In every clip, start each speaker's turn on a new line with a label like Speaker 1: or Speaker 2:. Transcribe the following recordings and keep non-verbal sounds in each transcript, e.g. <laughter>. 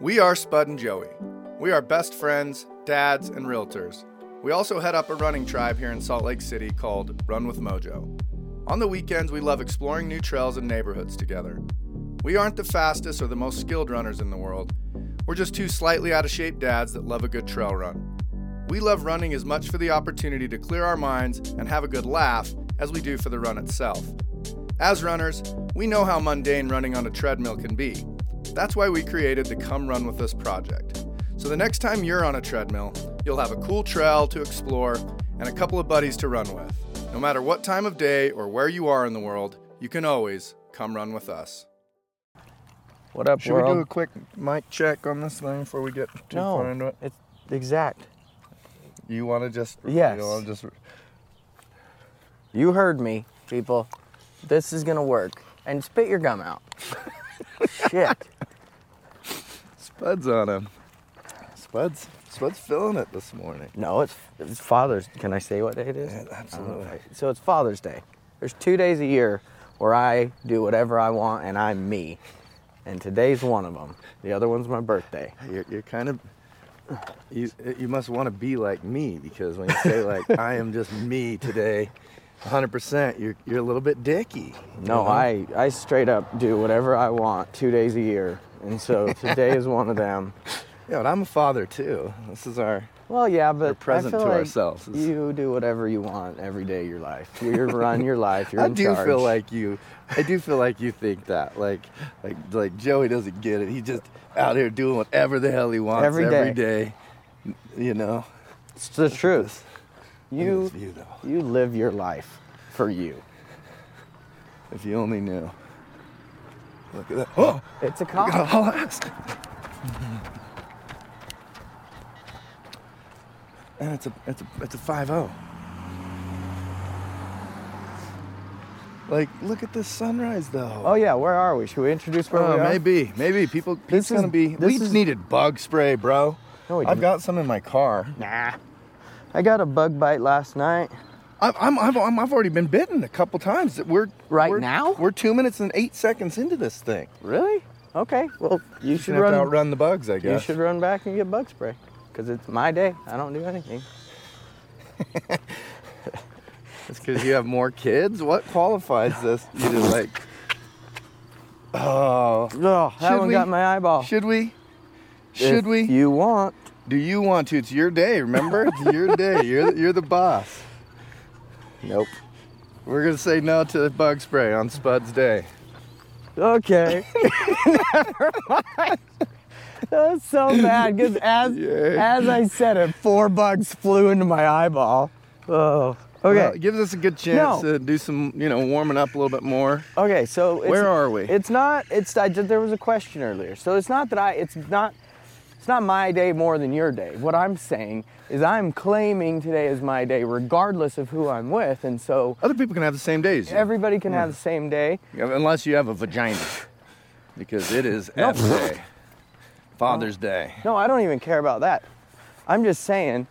Speaker 1: We are Spud and Joey. We are best friends, dads, and realtors. We also head up a running tribe here in Salt Lake City called Run with Mojo. On the weekends, we love exploring new trails and neighborhoods together. We aren't the fastest or the most skilled runners in the world. We're just two slightly out of shape dads that love a good trail run. We love running as much for the opportunity to clear our minds and have a good laugh as we do for the run itself. As runners, we know how mundane running on a treadmill can be. That's why we created the Come Run With Us project. So the next time you're on a treadmill, you'll have a cool trail to explore and a couple of buddies to run with. No matter what time of day or where you are in the world, you can always come run with us.
Speaker 2: What up,
Speaker 1: Should we
Speaker 2: world?
Speaker 1: do a quick mic check on this thing before we get too
Speaker 2: no,
Speaker 1: far into it?
Speaker 2: it's exact.
Speaker 1: You want to just
Speaker 2: Yes.
Speaker 1: You wanna just
Speaker 2: You heard me, people. This is gonna work. And spit your gum out. <laughs> Shit.
Speaker 1: Spud's on him. Spud's Spud's feeling it this morning.
Speaker 2: No, it's it's Father's. Can I say what day it is?
Speaker 1: Yeah, absolutely.
Speaker 2: I don't know if I- so it's Father's Day. There's two days a year where I do whatever I want and I'm me. And today's one of them. The other one's my birthday.
Speaker 1: You're, you're kind of you you must want to be like me because when you say like <laughs> I am just me today, 100%, you're you're a little bit dicky. you
Speaker 2: No,
Speaker 1: know?
Speaker 2: I, I straight up do whatever I want two days a year. And so today is one of them.
Speaker 1: Yeah, but I'm a father too. This is our
Speaker 2: Well, yeah, but
Speaker 1: present
Speaker 2: I feel
Speaker 1: to
Speaker 2: like
Speaker 1: ourselves is-
Speaker 2: You do whatever you want every day of your life. You you run your life.
Speaker 1: <laughs>
Speaker 2: You're
Speaker 1: I
Speaker 2: in
Speaker 1: do
Speaker 2: charge.
Speaker 1: feel like you. I do feel like you think that. Like, like, like Joey doesn't get it. He's just out here doing whatever the hell he wants
Speaker 2: Every
Speaker 1: every day. You know.
Speaker 2: it's the truth.
Speaker 1: Look at
Speaker 2: You
Speaker 1: this view, though.
Speaker 2: you live your life for you.
Speaker 1: If you only knew. Look at that. Oh,
Speaker 2: It's
Speaker 1: <laughs>
Speaker 2: a
Speaker 1: look at
Speaker 2: cop.
Speaker 1: all that. And it's a, it's a, it's a five oh. zero. Like, look at this sunrise though.
Speaker 2: Oh yeah, where are we? Should we introduce where
Speaker 1: Oh,
Speaker 2: we are?
Speaker 1: maybe, maybe people. It's
Speaker 2: This is-
Speaker 1: gonna be.
Speaker 2: this
Speaker 1: We
Speaker 2: is-
Speaker 1: needed bug spray, bro.
Speaker 2: No, we
Speaker 1: I've
Speaker 2: didn't.
Speaker 1: got some in my car.
Speaker 2: Nah. I got a bug bite last night.
Speaker 1: I've, I'm, I've, I'm, I've already been bitten a couple times. We're
Speaker 2: Right
Speaker 1: we're-
Speaker 2: now?
Speaker 1: We're two minutes and eight seconds into this thing.
Speaker 2: Really? Okay. Well, you should
Speaker 1: Gonna have
Speaker 2: run.
Speaker 1: to outrun the bugs, I
Speaker 2: you
Speaker 1: guess.
Speaker 2: should run back and get bug spray, cause it's my day. I don't do anything.
Speaker 1: It's because you have more kids. What qualifies this? You just like. Oh.
Speaker 2: Oh, that
Speaker 1: Should
Speaker 2: one
Speaker 1: we-
Speaker 2: got my eyeball.
Speaker 1: Should we?
Speaker 2: If
Speaker 1: Should we?
Speaker 2: You want?
Speaker 1: Do you want to? It's your day. Remember, it's your day. You're the- you're the boss.
Speaker 2: Nope.
Speaker 1: We're gonna say no to the bug spray on Spud's day.
Speaker 2: Okay.
Speaker 1: <laughs>
Speaker 2: Never mind. That was so bad because as
Speaker 1: Yay.
Speaker 2: as I said it, four bugs flew into my eyeball. Oh. Okay.
Speaker 1: Well, it gives us a good chance
Speaker 2: No.
Speaker 1: to do some, you know, warming up a little bit more.
Speaker 2: okay. So it's,
Speaker 1: Where are we?
Speaker 2: It's not. It's. I did. There was a question earlier. So it's not that I. It's not. It's not my day more than your day. What I'm saying is I'm claiming today is my day, regardless of who I'm with, and so
Speaker 1: Other people can have the same days.
Speaker 2: everybody can have the same day.
Speaker 1: Unless you have a vagina. Because it is F day. Father's Day.
Speaker 2: No, I don't even care about that. I'm just saying,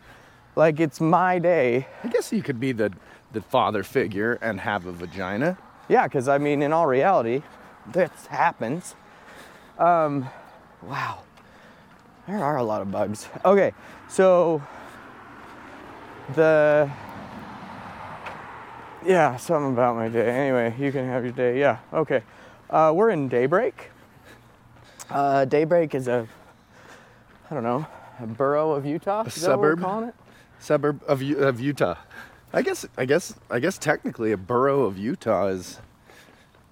Speaker 2: like it's my day.
Speaker 1: I guess you could be the, the father figure and have a vagina.
Speaker 2: Yeah, because I mean, in all reality, this happens. Um, wow, there are a lot of bugs. Okay, so the yeah, something about my day. Anyway, you can have your day. Yeah, okay. Uh, we're in daybreak. Uh, daybreak is a I don't know a borough of Utah. Is that what we're
Speaker 1: suburb?
Speaker 2: calling it?
Speaker 1: Suburb of, U- of Utah. I guess I guess I guess technically a borough of Utah is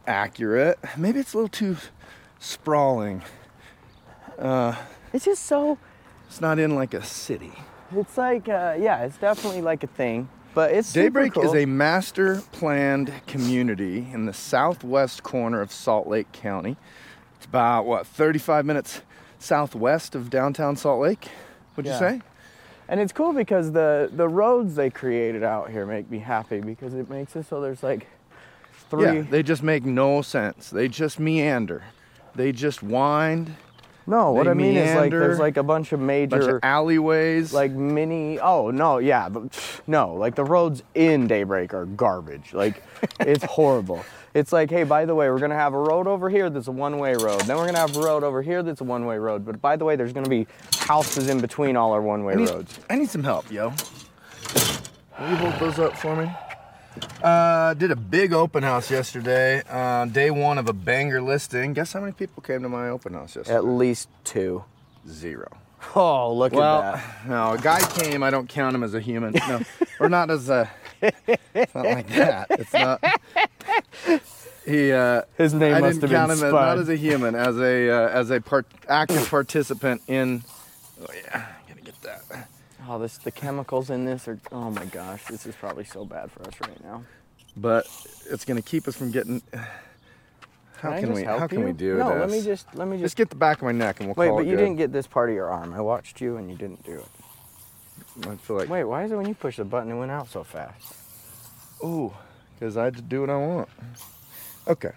Speaker 1: accurate. Maybe it's a little too sprawling.
Speaker 2: It's just so
Speaker 1: It's not in like a city.
Speaker 2: It's like, uh, yeah, it's definitely like a thing, but it's super
Speaker 1: Daybreak is
Speaker 2: cool.
Speaker 1: a master planned community in the southwest corner of Salt Lake County. It's about what 35 minutes southwest of downtown Salt Lake. Would you
Speaker 2: Yeah.
Speaker 1: say?
Speaker 2: and it's cool because the the roads they created out here make me happy because it makes it so there's like three.
Speaker 1: Yeah. They just make no sense. They just meander. They just wind
Speaker 2: No, what
Speaker 1: They
Speaker 2: I mean is like
Speaker 1: meander,
Speaker 2: there's like a bunch of major
Speaker 1: bunch of alleyways.
Speaker 2: like mini oh no yeah but, no like the roads in daybreak are garbage like
Speaker 1: <laughs>
Speaker 2: it's horrible it's like hey by the way we're gonna have a road over here that's a one-way road then we're gonna have a road over here that's a one-way road but by the way there's gonna be houses in between all our one-way
Speaker 1: I need,
Speaker 2: roads
Speaker 1: I need some help, yo. Will you hold those up for me? Uh, did a big open house yesterday. Uh, day one of a banger listing. Guess how many people came to my open house yesterday?
Speaker 2: at least two. <laughs>
Speaker 1: Zero.
Speaker 2: Oh, look
Speaker 1: Well,
Speaker 2: at that
Speaker 1: no, a guy came. I don't count him as a human. No, or not as a. It's not like that. It's not. He. Uh,
Speaker 2: His name
Speaker 1: I
Speaker 2: must
Speaker 1: didn't
Speaker 2: have
Speaker 1: count
Speaker 2: been
Speaker 1: him as,
Speaker 2: Spud.
Speaker 1: not as a human, as a uh, as a part, active participant in. Oh yeah, gotta get that.
Speaker 2: oh this the chemicals in this are oh my gosh this is probably so bad for us right now
Speaker 1: But it's gonna keep us from getting. <sighs> How
Speaker 2: I
Speaker 1: can,
Speaker 2: just
Speaker 1: we?
Speaker 2: help
Speaker 1: How can
Speaker 2: you?
Speaker 1: we do
Speaker 2: no
Speaker 1: this?
Speaker 2: let me just let me
Speaker 1: Just
Speaker 2: just
Speaker 1: get the back of my neck and we'll
Speaker 2: wait
Speaker 1: call
Speaker 2: but
Speaker 1: it
Speaker 2: you didn't get this part of your arm i watched you and you didn't do it
Speaker 1: good. I feel like.
Speaker 2: Wait, why is it when you push the button it went out so fast?
Speaker 1: Ooh, because I just do what I want. Okay.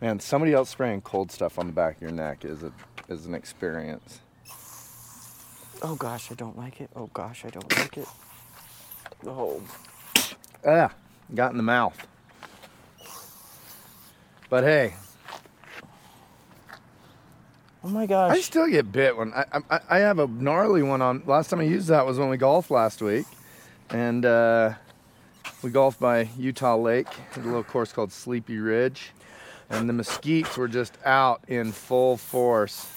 Speaker 1: Man, somebody else spraying cold stuff on the back of your neck is a is an experience.
Speaker 2: Oh gosh, I don't like it. Oh gosh, I don't like it. Oh,
Speaker 1: Ah, got in the mouth. But hey,
Speaker 2: oh my
Speaker 1: I
Speaker 2: gosh.
Speaker 1: still get bit when I, I I have a gnarly one on. Last time I used that was when we golfed last week, and uh, we golfed by Utah Lake, a little course called Sleepy Ridge, and the mesquites were just out in full force.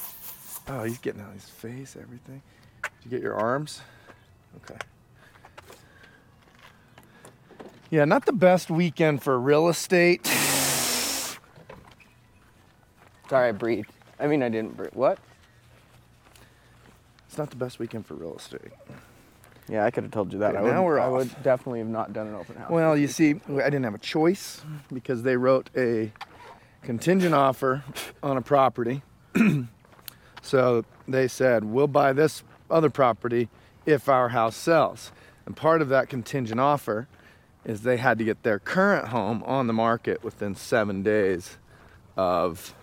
Speaker 1: Oh, he's getting out of his face, everything. Did you get your arms? Okay. Yeah, not the best weekend for real estate.
Speaker 2: Sorry, I breathed. I mean, I didn't breathe. What?
Speaker 1: It's not the best weekend for real estate.
Speaker 2: Yeah, I could have told you that.
Speaker 1: Okay,
Speaker 2: I,
Speaker 1: now
Speaker 2: wouldn't-
Speaker 1: we're
Speaker 2: I
Speaker 1: off.
Speaker 2: would definitely have not done an open house.
Speaker 1: Well, you see, I didn't have a choice because they wrote a contingent offer on a property. <clears throat> so they said, we'll buy this other property if our house sells. And part of that contingent offer is they had to get their current home on the market within seven days of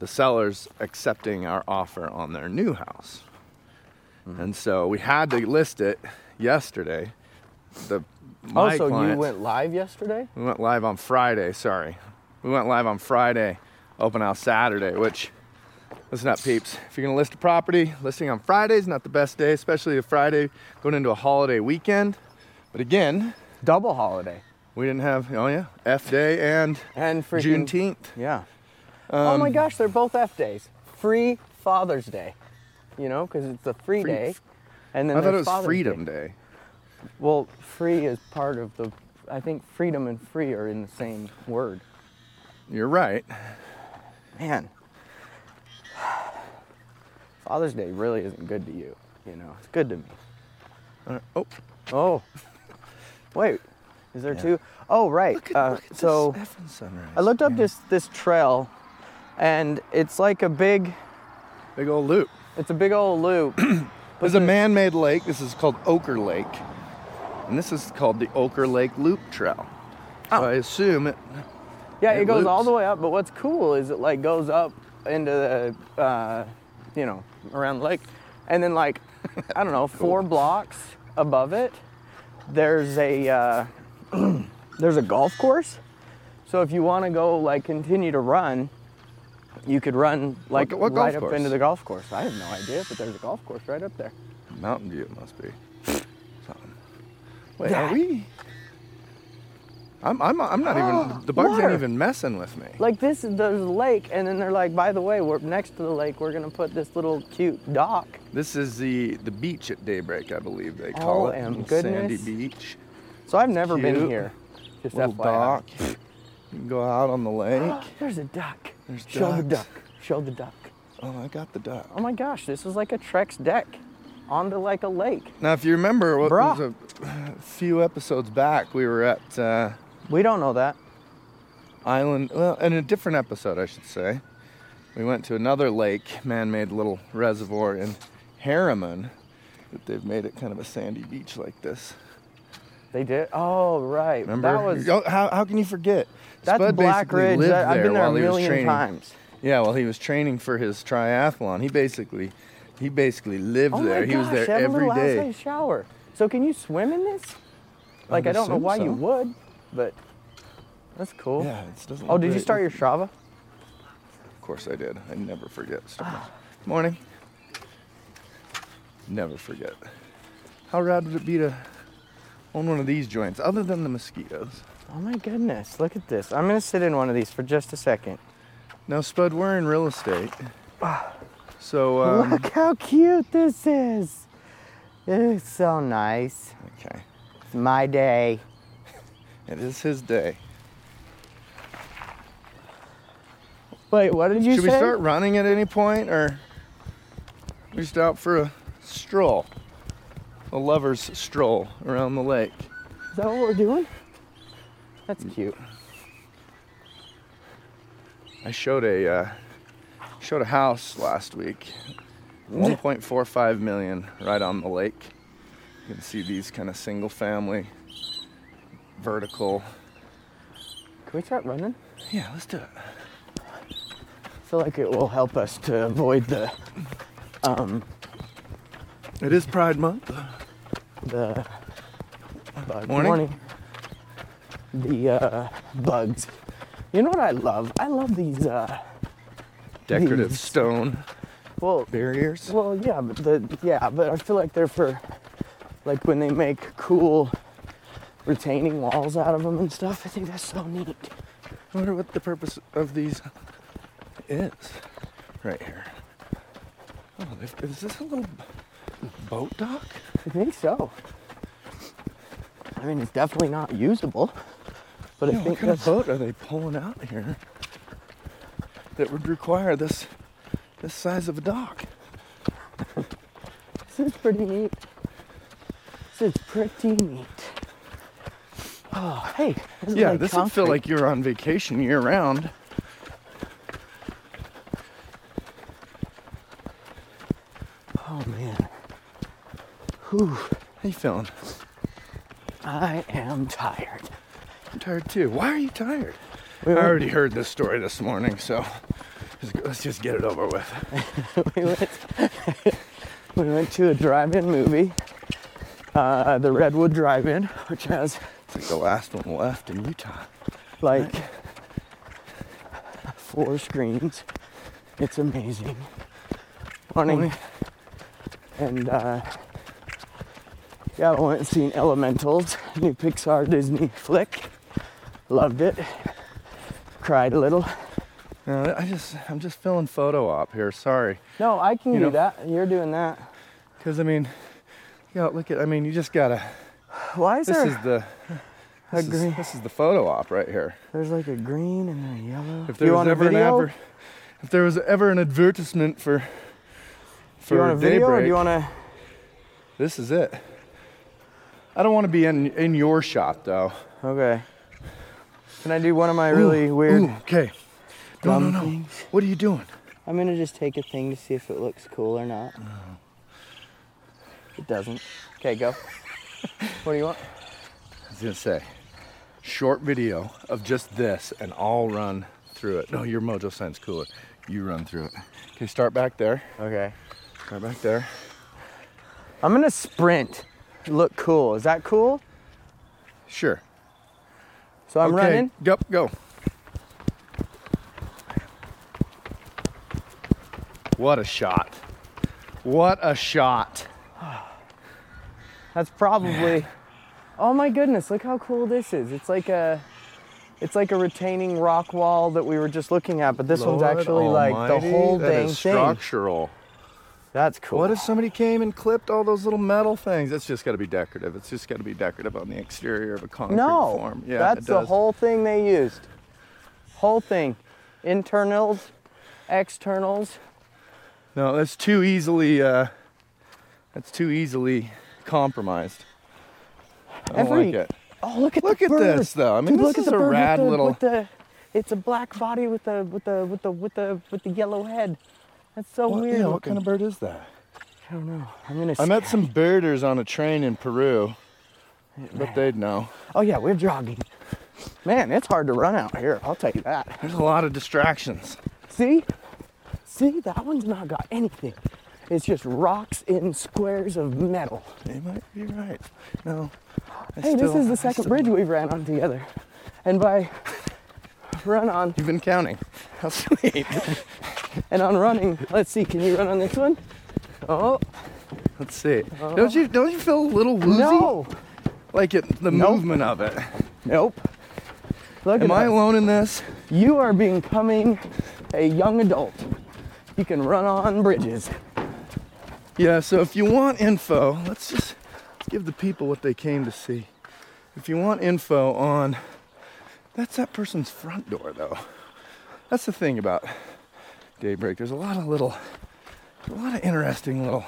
Speaker 1: the sellers accepting our offer on their new house.
Speaker 2: Mm-hmm.
Speaker 1: And so we had to list it yesterday. The my
Speaker 2: also, you
Speaker 1: clients-
Speaker 2: went live yesterday?
Speaker 1: we went live on Friday, sorry. We went live on Friday, open house Saturday, which, listen up, peeps. If you're gonna list a property, listing on Friday is not the best day, especially a Friday going into a holiday weekend. But again,
Speaker 2: Double holiday.
Speaker 1: we didn't have, oh yeah, F Day and
Speaker 2: And freaking.
Speaker 1: Juneteenth.
Speaker 2: Yeah. oh
Speaker 1: Um,
Speaker 2: my gosh, they're both F days. Free Father's Day. You know, because it's a free,
Speaker 1: Free-
Speaker 2: day. And then
Speaker 1: I thought
Speaker 2: there's
Speaker 1: it was
Speaker 2: Father's
Speaker 1: Freedom
Speaker 2: Day.
Speaker 1: Day.
Speaker 2: Well, free is part of the. I think freedom and free are in the same word.
Speaker 1: You're right.
Speaker 2: Man, <sighs> Father's Day really isn't good to you. You know, it's good to me.
Speaker 1: Uh, oh,
Speaker 2: Oh, <laughs> wait, is there two? Oh, right.
Speaker 1: look at,
Speaker 2: uh,
Speaker 1: look at
Speaker 2: so
Speaker 1: this effing sunrise.
Speaker 2: I looked up this this trail, and it's like a big.
Speaker 1: Big old loop.
Speaker 2: It's a big old loop.
Speaker 1: There's a man-made lake. This is called Ochre Lake, and this is called the Ochre Lake Loop Trail. So I assume it
Speaker 2: Yeah,
Speaker 1: It
Speaker 2: it, goes all
Speaker 1: loops.
Speaker 2: the way up. But what's cool is it like goes up into the, uh, you know, around the lake, and then like, <laughs> I don't know, four blocks above it, there's a uh, <clears throat> there's a golf course. So if you want to go like continue to run, you could run like
Speaker 1: What- what golf
Speaker 2: right up
Speaker 1: course?
Speaker 2: into the golf course. I have no idea, but there's a golf course right up there.
Speaker 1: Mountain View it must be. Something. Wait, are we? I'm I'm I'm not even. The bugs ain't
Speaker 2: Water.
Speaker 1: even messing with me.
Speaker 2: Like this, is- there's a lake, and then they're like, by the way, we're next to the lake. We're gonna put this little cute dock.
Speaker 1: This is the the beach at daybreak, I believe they call
Speaker 2: Oh,
Speaker 1: it.
Speaker 2: and
Speaker 1: Little Sandy
Speaker 2: goodness.
Speaker 1: Beach.
Speaker 2: So I've never been
Speaker 1: Cute.
Speaker 2: here. Just
Speaker 1: Little
Speaker 2: FYI.
Speaker 1: dock. You can go out on the <gasps> lake.
Speaker 2: <gasps> There's a duck.
Speaker 1: There's
Speaker 2: Show the
Speaker 1: ducks.
Speaker 2: duck. Show the duck.
Speaker 1: Oh, I got the duck.
Speaker 2: Oh my gosh, this is like a Trex deck onto like a lake.
Speaker 1: Now, if you remember, what
Speaker 2: Bruh.
Speaker 1: was a a few episodes back, we were at uh,
Speaker 2: We don't know that.
Speaker 1: Island. Well, in a different episode, I should say, we went to another lake, man-made little reservoir in Harriman. That they've made it kind of a sandy beach like this.
Speaker 2: They did. Oh right.
Speaker 1: Remember?
Speaker 2: That was
Speaker 1: Oh, how, how can you forget?
Speaker 2: that's
Speaker 1: Spud
Speaker 2: Black
Speaker 1: basically
Speaker 2: Ridge.
Speaker 1: lived
Speaker 2: That- I've been there
Speaker 1: while
Speaker 2: a
Speaker 1: he was
Speaker 2: million
Speaker 1: training.
Speaker 2: times.
Speaker 1: Yeah, well, he was training for his triathlon. He basically, he basically lived
Speaker 2: Oh
Speaker 1: there.
Speaker 2: my
Speaker 1: he was
Speaker 2: gosh,
Speaker 1: there
Speaker 2: I have
Speaker 1: every
Speaker 2: a little
Speaker 1: day.
Speaker 2: outside shower. So can you swim in this? Like I,
Speaker 1: would
Speaker 2: don't know
Speaker 1: assume
Speaker 2: why
Speaker 1: so.
Speaker 2: you would, but that's cool.
Speaker 1: Yeah, it doesn't.
Speaker 2: Oh,
Speaker 1: look
Speaker 2: did you
Speaker 1: great.
Speaker 2: start your Strava?
Speaker 1: Of course I did. I never forget stuff. Morning. Never forget. How rad would it be to own one of these joints, other than the mosquitoes?
Speaker 2: Oh my goodness, look at this. I'm gonna sit in one of these for just a second.
Speaker 1: Now, Spud, we're in real estate, so um,
Speaker 2: look how cute this is. It's so nice.
Speaker 1: okay,
Speaker 2: It's my day.
Speaker 1: it is his day.
Speaker 2: Wait, what did you
Speaker 1: Should
Speaker 2: say?
Speaker 1: we start running at any point, or we just out for a stroll, a lover's stroll around the lake?
Speaker 2: Is that what we're doing? That's cute.
Speaker 1: I showed a uh, showed a house last week, 1.45 million, right on the lake. You can see these kind of single family, vertical.
Speaker 2: Can we start running?
Speaker 1: Yeah, let's do it.
Speaker 2: I feel like it will help us to avoid the um
Speaker 1: It is Pride Month.
Speaker 2: the bug.
Speaker 1: Morning.
Speaker 2: The uh, bugs. You know what I love? I love these. Uh,
Speaker 1: Decorative
Speaker 2: These.
Speaker 1: stone
Speaker 2: well,
Speaker 1: barriers.
Speaker 2: well, yeah, but the yeah, but I feel like they're for like when they make cool retaining walls out of them and stuff. I think that's so neat.
Speaker 1: I wonder what the purpose of these is. Right here. Oh, they've- is this a little boat dock?
Speaker 2: I think so. I mean, it's definitely not usable, but
Speaker 1: Yeah,
Speaker 2: I
Speaker 1: what
Speaker 2: think
Speaker 1: kind of
Speaker 2: that's
Speaker 1: boat are they pulling out here that would require this this size of a dock?
Speaker 2: this is pretty neat. This is pretty neat. Oh, hey. This
Speaker 1: yeah,
Speaker 2: is like
Speaker 1: this would feel
Speaker 2: concrete.
Speaker 1: like you're on vacation year round.
Speaker 2: Oh man. Whew,
Speaker 1: How you feeling?
Speaker 2: I am tired.
Speaker 1: I'm tired too. Why are you tired?
Speaker 2: We
Speaker 1: I
Speaker 2: went-
Speaker 1: already heard this story this morning, so just- let's just get it over with.
Speaker 2: We went, <laughs> we went to a drive-in movie, uh, the Redwood Drive-In, which has
Speaker 1: It's like the last one left in Utah.
Speaker 2: like four screens. It's amazing. Morning. And uh, yeah, I went and seen Elementals, new Pixar Disney flick. Loved it. Cried a little.
Speaker 1: No, I just I'm just filling photo op here. Sorry,
Speaker 2: No, I can
Speaker 1: You
Speaker 2: do
Speaker 1: know-
Speaker 2: that. You're doing that.
Speaker 1: because I mean, yeah, look at I mean you just gotta.
Speaker 2: Why is
Speaker 1: This
Speaker 2: there?
Speaker 1: is the this
Speaker 2: Agree.
Speaker 1: is, this is the photo op right here.
Speaker 2: There's like a green and a yellow.
Speaker 1: If
Speaker 2: Do
Speaker 1: there
Speaker 2: you
Speaker 1: was
Speaker 2: want a
Speaker 1: ever an
Speaker 2: video?
Speaker 1: adver- if there was ever an advertisement for
Speaker 2: do
Speaker 1: for
Speaker 2: you want a video
Speaker 1: daybreak,
Speaker 2: or do you want to?
Speaker 1: this is it. I don't want to be in in your shot though.
Speaker 2: Okay. Can I do one of my really weird
Speaker 1: Ooh, okay. No, no,
Speaker 2: dumb
Speaker 1: no.
Speaker 2: things?
Speaker 1: What are you doing?
Speaker 2: I'm gonna just take a thing to see if it looks cool or not. It doesn't. Okay, go. what do you want?
Speaker 1: I was gonna say, short video of just this, and I'll run through it. No, your mojo sounds cooler. You run through it. Okay, start back there.
Speaker 2: Okay.
Speaker 1: Start back there.
Speaker 2: I'm gonna sprint. to Look cool. Is that cool?
Speaker 1: Sure.
Speaker 2: So I'm
Speaker 1: okay.
Speaker 2: running.
Speaker 1: Go, go. What a shot. What a shot.
Speaker 2: That's probably. Oh my goodness! Look how cool this is. It's like a, it's like a retaining rock wall that we were just looking at, but this one's
Speaker 1: Lord
Speaker 2: actually like the
Speaker 1: almighty,
Speaker 2: whole
Speaker 1: that is
Speaker 2: dang thing.
Speaker 1: structural.
Speaker 2: That's cool.
Speaker 1: What if somebody came and clipped all those little metal things? That's just got to be decorative. It's just got to be decorative on the exterior of a concrete
Speaker 2: no,
Speaker 1: form. Yeah,
Speaker 2: that's
Speaker 1: it
Speaker 2: the
Speaker 1: does.
Speaker 2: whole thing they used. Whole thing, internals, externals.
Speaker 1: No, that's too easily. Uh, that's too easily compromised. I don't
Speaker 2: Every-
Speaker 1: like it.
Speaker 2: Oh, look at
Speaker 1: Look
Speaker 2: the
Speaker 1: at
Speaker 2: bird.
Speaker 1: this, though. I mean,
Speaker 2: Dude,
Speaker 1: this
Speaker 2: look
Speaker 1: is
Speaker 2: at the
Speaker 1: a
Speaker 2: bird
Speaker 1: rad
Speaker 2: with the,
Speaker 1: little-
Speaker 2: With the, it's a black body with the with the with the with the with the yellow head. That's so
Speaker 1: What,
Speaker 2: weird.
Speaker 1: yeah, what kind
Speaker 2: looking.
Speaker 1: of bird is that?
Speaker 2: I don't know. I'm gonna.
Speaker 1: I met some birders on a train in Peru, but they'd know.
Speaker 2: Oh yeah, we're jogging. Man, it's hard to run out here. I'll tell you that.
Speaker 1: There's a lot of distractions.
Speaker 2: See? See, that one's not got anything. It's just rocks in squares of metal.
Speaker 1: They might be right. No. I
Speaker 2: hey, this
Speaker 1: still-
Speaker 2: is
Speaker 1: I
Speaker 2: the
Speaker 1: <laughs>
Speaker 2: second
Speaker 1: still-
Speaker 2: bridge we've ran on together. And by run on
Speaker 1: You've been counting. <laughs> How sweet.
Speaker 2: and on running, let's see, can you run on this one? Oh,
Speaker 1: Let's see. Don't you don't you feel a little woozy?
Speaker 2: no.
Speaker 1: Like it, the
Speaker 2: Nope.
Speaker 1: movement of it.
Speaker 2: Nope. Look
Speaker 1: Am
Speaker 2: at
Speaker 1: I
Speaker 2: us.
Speaker 1: alone in this?
Speaker 2: You are becoming a young adult. You can run on bridges.
Speaker 1: Yeah, so if you want info, let's just give the people what they came to see. If you want info on that's that person's front door though. That's the thing about daybreak. There's a lot of little a lot of interesting little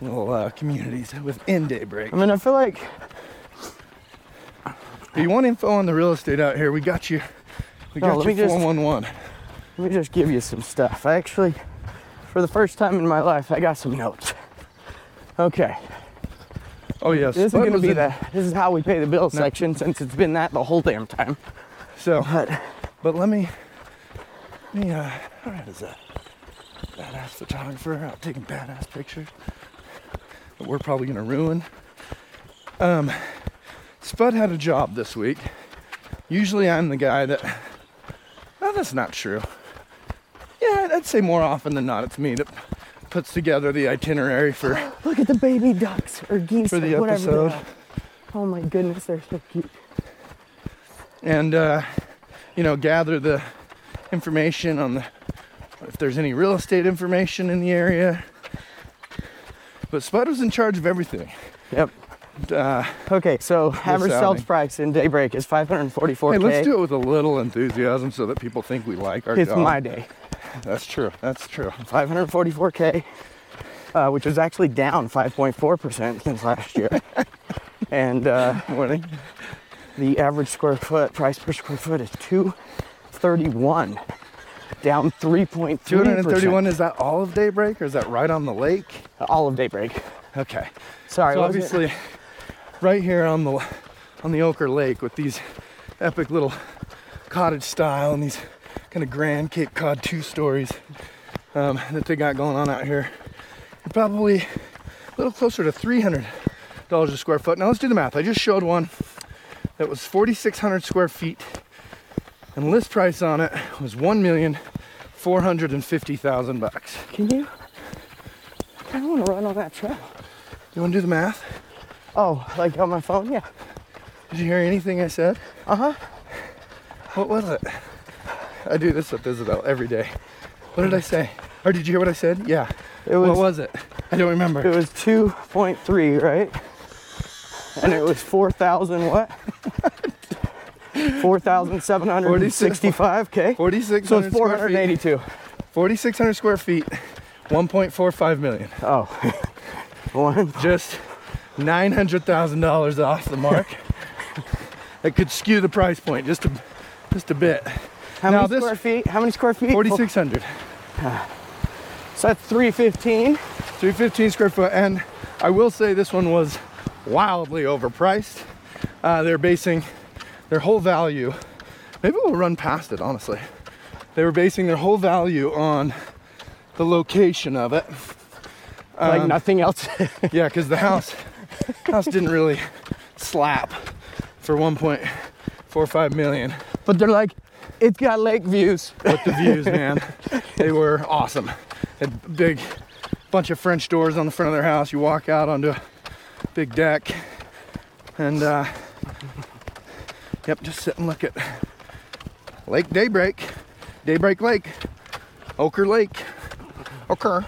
Speaker 1: little uh, communities within daybreak.
Speaker 2: I mean, I feel like
Speaker 1: If you want info on the real estate out here, we got you. We
Speaker 2: No,
Speaker 1: got
Speaker 2: Oh, let
Speaker 1: you
Speaker 2: me just-
Speaker 1: 411.
Speaker 2: Let me just give you some stuff. I actually, for the first time in my life, I got some notes. Okay,
Speaker 1: Oh yes.
Speaker 2: this is
Speaker 1: Bud
Speaker 2: gonna
Speaker 1: was
Speaker 2: be
Speaker 1: in-
Speaker 2: the this is how we pay the bill section since it's been that the whole damn time.
Speaker 1: So,
Speaker 2: But
Speaker 1: but let me, let me, uh, all right, is that badass photographer out taking badass pictures that we're probably gonna ruin? Um, Spud had a job this week. Usually I'm the guy that, well, that's not true. Yeah, I'd say more often than not, it's me that puts together the itinerary for,
Speaker 2: look at the baby ducks or geese
Speaker 1: for the
Speaker 2: or whatever. they
Speaker 1: episode.
Speaker 2: are. Oh my goodness, they're so cute.
Speaker 1: and uh, you know gather the information on the if there's any real estate information in the area. But Spud was in charge of everything.
Speaker 2: Yep.
Speaker 1: Uh,
Speaker 2: Okay, so average sales
Speaker 1: outing.
Speaker 2: price in daybreak is 544k.
Speaker 1: hey, let's do it with a little enthusiasm so that people think we like our
Speaker 2: It's
Speaker 1: job.
Speaker 2: my day.
Speaker 1: That's true. That's true.
Speaker 2: 544k, uh, which was actually down 5.4% since last
Speaker 1: <laughs>
Speaker 2: year. and uh,
Speaker 1: Morning.
Speaker 2: the average square foot price per square foot is 231 down 3.3
Speaker 1: 231. Is that all of daybreak, or is that right on the lake?
Speaker 2: all of daybreak
Speaker 1: Okay.
Speaker 2: sorry
Speaker 1: so
Speaker 2: wasn't-
Speaker 1: obviously, right here on the on the Ochre Lake with these epic little cottage style and these kind of grand Cape Cod two stories um, that they got going on out here, you're probably a little closer to three hundred dollars a square foot. Now let's do the math. I just showed one that was forty six hundred square feet, and list price on it was one million four hundred and fifty thousand bucks.
Speaker 2: can you i don't want to run on that trail
Speaker 1: You want to do the math?
Speaker 2: oh like on my phone yeah
Speaker 1: Did you hear anything I said?
Speaker 2: uh-huh
Speaker 1: What was it? I do this with Isabel every day. What did I say? Or did you hear what I said? Yeah.
Speaker 2: It was-
Speaker 1: what was it? I don't remember.
Speaker 2: it was 2.3 right and it was 4000
Speaker 1: <laughs>
Speaker 2: what 4765k
Speaker 1: 4600
Speaker 2: so it's
Speaker 1: square feet.
Speaker 2: 482
Speaker 1: 4600 square feet. 1.45 million.
Speaker 2: oh <laughs> one
Speaker 1: Just $900,000 off the
Speaker 2: <laughs>
Speaker 1: mark. that could skew the price point just a, just a bit.
Speaker 2: how
Speaker 1: Now
Speaker 2: many
Speaker 1: this-
Speaker 2: square feet how many square feet
Speaker 1: 4600.
Speaker 2: So that's 315.
Speaker 1: 315 square foot. And I will say this one was wildly overpriced. Uh, they're basing their whole value. Maybe we'll run past it, honestly. They were basing their whole value on the location of it.
Speaker 2: like nothing else. <laughs>
Speaker 1: Yeah, because the house house didn't really slap for 1.45 million.
Speaker 2: but they're like, it's got lake views.
Speaker 1: But the views, man, they were awesome. Had a big bunch of French doors on the front of their house. You walk out onto a big deck, and uh, yep, just sit and look at Lake Daybreak, Daybreak Lake, Ochre Lake, Ochre.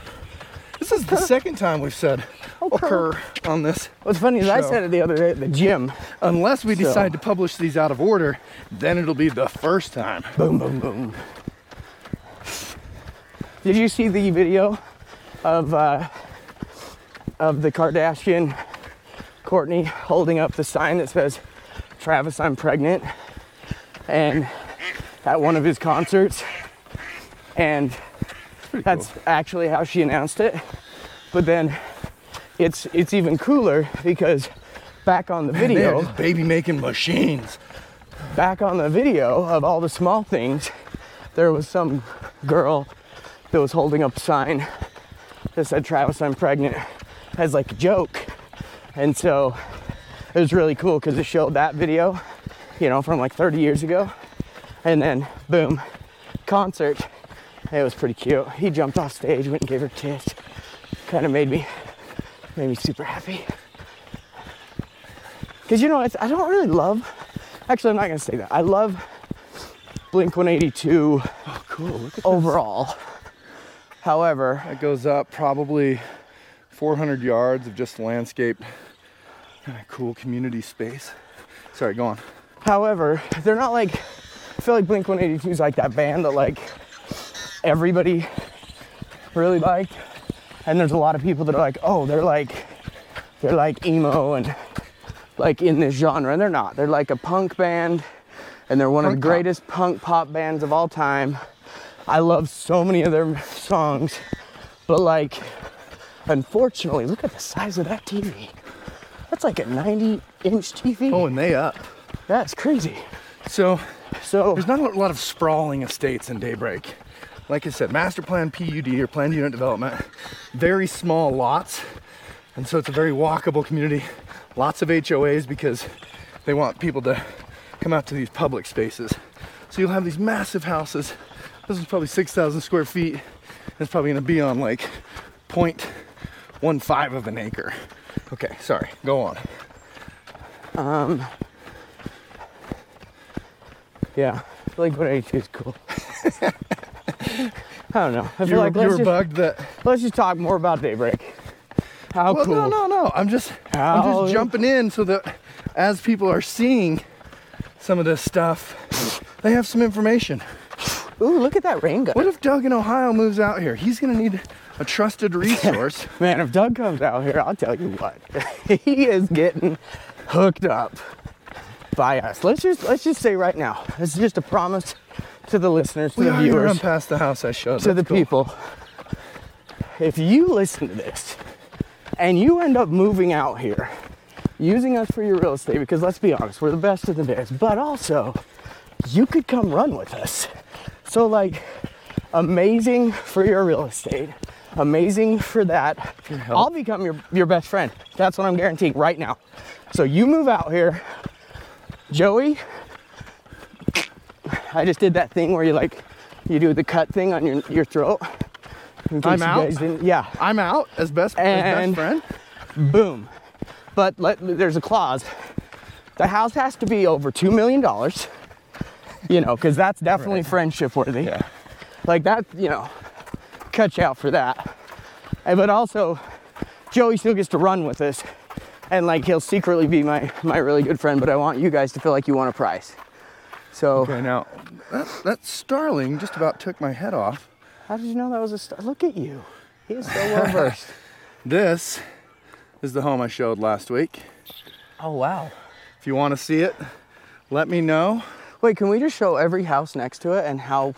Speaker 1: This is the second time we've said
Speaker 2: Ochre.
Speaker 1: Ochre on this.
Speaker 2: What's funny is I
Speaker 1: So-
Speaker 2: said it the other day at the gym.
Speaker 1: Unless we
Speaker 2: So-
Speaker 1: decide to publish these out of order, then it'll be the first time.
Speaker 2: Boom, boom, boom. Did you see the video of uh, of the Kardashian Courtney holding up the sign that says, "Travis, I'm pregnant," and at one of his concerts, and that's actually how she announced it. But then it's it's even cooler because back on the
Speaker 1: They
Speaker 2: <laughs> video
Speaker 1: are just baby making machines.
Speaker 2: back on the video of all the small things, there was some girl that was holding up a sign that said, Travis, I'm pregnant, as like a joke. And so it was really cool because it showed that video, you know, from like 30 years ago. And then, boom, concert. It was pretty cute. He jumped off stage, went and gave her a kiss. Kind of made me, made me super happy. Cause you know, it's, I don't really love. Actually, I'm not gonna say that. I love Blink 182
Speaker 3: Oh, cool. Look at
Speaker 2: overall. However,
Speaker 1: That goes up probably 400 yards of just landscape, kind of cool community space. Sorry, go on.
Speaker 2: However, they're not like I feel like Blink 182 is like that band that like everybody really liked. And there's a lot of people that are like, oh, they're like they're like emo and like in this genre. And they're not. They're like a punk band and they're one of
Speaker 1: Punk
Speaker 2: the
Speaker 1: pop.
Speaker 2: greatest punk pop bands of all time. I love so many of their songs. But like unfortunately, look at the size of that TV. That's like a 90 inch TV.
Speaker 1: Oh, and they up.
Speaker 2: That's crazy.
Speaker 1: So
Speaker 2: So
Speaker 1: there's not a lot of sprawling estates in Daybreak. Like I said, master plan PUD or planned unit development, very small lots. And so it's a very walkable community. Lots of HOAs because they want people to come out to these public spaces. So you'll have these massive houses. This is probably 6,000 square feet. It's probably gonna be on like 0.15 of an acre. Okay, sorry, go on.
Speaker 2: yeah, Blink 182 is
Speaker 1: <laughs>
Speaker 2: cool. I don't know. I feel
Speaker 1: You, were-
Speaker 2: like
Speaker 1: you
Speaker 2: let's
Speaker 1: were
Speaker 2: just,
Speaker 1: bugged that
Speaker 2: let's just talk more about Daybreak. How
Speaker 1: Well,
Speaker 2: cool.
Speaker 1: no, no, no. I'm just, I'm
Speaker 2: How-
Speaker 1: just jumping in so that as people are seeing some of this stuff, they have some information.
Speaker 2: Ooh, look at that rain gun.
Speaker 1: What if Doug in Ohio moves out here? He's gonna need a trusted
Speaker 2: <laughs>
Speaker 1: resource.
Speaker 2: Man, if Doug comes out here, I'll tell you what. <laughs> he is getting hooked up by us. Let's just let's just say right now. This is just a promise to the listeners, to
Speaker 1: we
Speaker 2: the
Speaker 1: already
Speaker 2: viewers.
Speaker 1: run past the house I showed.
Speaker 2: to the
Speaker 1: That's cool.
Speaker 2: people if you listen to this and you end up moving out here using us for your real estate because let's be honest we're the best of the best but also you could come run with us so like amazing for your real estate amazing for that i'll become your, your best friend that's what i'm guaranteeing right now so you move out here joey I just did that thing where you like, you do the cut thing on your, your throat. In
Speaker 1: I'm
Speaker 2: you
Speaker 1: out?
Speaker 2: guys didn't- yeah,
Speaker 1: I'm out as best, as best
Speaker 2: And-
Speaker 1: friend.
Speaker 2: boom. But let, there's a clause. The house has to be over two million dollars. You know, because that's definitely friendship worthy.
Speaker 1: Yeah.
Speaker 2: Like that, you know, cut you out for that. And, but also, Joey still gets to run with us, and like he'll secretly be my my really good friend. But I want you guys to feel like you won a prize. So
Speaker 1: Okay, now that, that starling just about took my head off.
Speaker 2: how did you know that was a star? Look at you. He is so well versed.
Speaker 1: This is the home I showed last week.
Speaker 2: <laughs> Oh wow.
Speaker 1: If you want to see it, let me know.
Speaker 2: Wait, can we just show every house next to it and how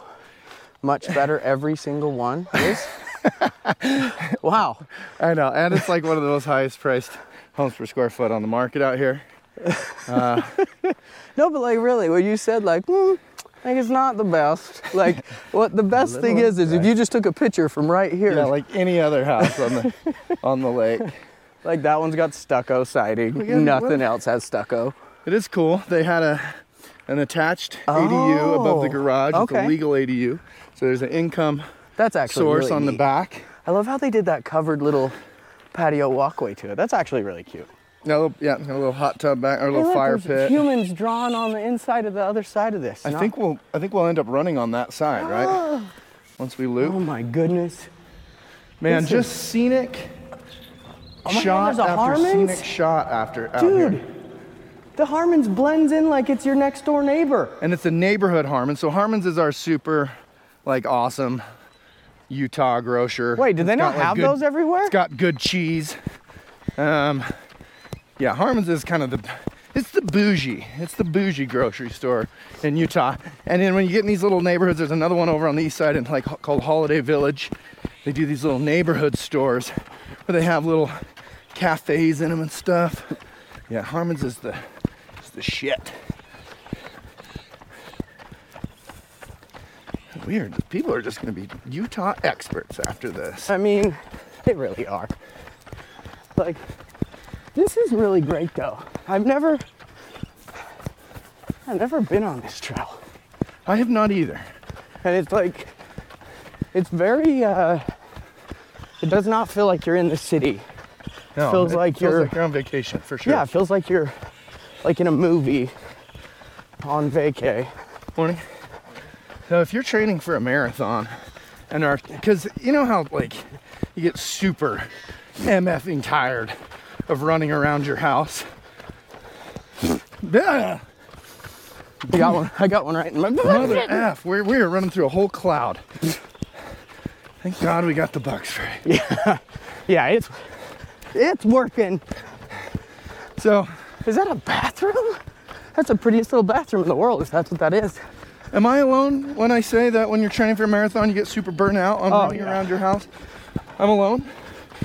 Speaker 2: much better every single one <laughs> is? wow.
Speaker 1: I know, and it's like one of the most highest priced homes per square foot on the market out here.
Speaker 2: No, but like really, when you said like, hmm, like it's not the best.
Speaker 1: <laughs>
Speaker 2: Like, what the best thing
Speaker 1: little
Speaker 2: is is if you just took a picture from right here,
Speaker 1: Yeah,
Speaker 2: like,
Speaker 1: like any other house on
Speaker 2: <laughs>
Speaker 1: the on the lake.
Speaker 2: that one's got stucco siding.
Speaker 1: got-
Speaker 2: Nothing
Speaker 1: what-
Speaker 2: else has stucco.
Speaker 1: It is cool. They had a an attached ADU above the
Speaker 2: Oh,
Speaker 1: garage. It's
Speaker 2: okay.
Speaker 1: a legal ADU. So there's an income
Speaker 2: That's actually
Speaker 1: source
Speaker 2: really
Speaker 1: on the
Speaker 2: neat.
Speaker 1: back.
Speaker 2: I love how they did that covered little patio walkway to it. That's actually really cute.
Speaker 1: Now, a little- yeah, a little hot tub back or a
Speaker 2: Hey,
Speaker 1: little
Speaker 2: look,
Speaker 1: fire
Speaker 2: there's
Speaker 1: pit.
Speaker 2: Humans drawn on the inside of the other side of this.
Speaker 1: I
Speaker 2: Not-
Speaker 1: think we'll I think we'll end up running on that side,
Speaker 2: <gasps>
Speaker 1: right? Once we
Speaker 2: Oh
Speaker 1: loop.
Speaker 2: my goodness.
Speaker 1: Man,
Speaker 2: this Oh
Speaker 1: just scenic
Speaker 2: my God,
Speaker 1: shot
Speaker 2: there's a
Speaker 1: after
Speaker 2: Harmons?
Speaker 1: scenic shot after out here.
Speaker 2: Dude, the Harmons blends in like it's your next door neighbor.
Speaker 1: and it's a neighborhood Harmon. So Harmon's is our super, like awesome, Utah grocer.
Speaker 2: Wait, do they
Speaker 1: It's
Speaker 2: not
Speaker 1: got, like,
Speaker 2: have
Speaker 1: good-
Speaker 2: those everywhere?
Speaker 1: It's got good cheese. Um, yeah, Harmon's is kind of the, it's the bougie, it's the bougie grocery store in Utah. And then when you get in these little neighborhoods, there's another one over on the east side and like called Holiday Village. They do these little neighborhood stores where they have little cafes in them and stuff. Yeah, Harmon's is the, is the shit. Weird. People are just going to be Utah experts after this.
Speaker 2: I mean, they really are. Like, this is really great though. I've never, I've never been on this trail,
Speaker 1: I have not either.
Speaker 2: and it's like, it's very. Uh, it does not feel like you're in the city.
Speaker 1: No,
Speaker 2: Feels
Speaker 1: it
Speaker 2: like
Speaker 1: feels
Speaker 2: you're-
Speaker 1: like you're on vacation for sure.
Speaker 2: Yeah, it feels like you're, like in a movie, on vacay.
Speaker 1: morning. So if you're training for a marathon and are because you know how like you get super MFing tired of running around your house. Yeah.
Speaker 2: I got one. I got one right in my. <laughs>
Speaker 1: Mother F, we're, we're running through a whole cloud. Thank God we got the bucks for it.
Speaker 2: Yeah, it's, it's working.
Speaker 1: So,
Speaker 2: Is that a bathroom? That's the prettiest little bathroom in the world, if that's what that is.
Speaker 1: am I alone when I say that when you're training for a marathon, you get super burnt out on
Speaker 2: Oh,
Speaker 1: running
Speaker 2: yeah.
Speaker 1: around your house? I'm alone?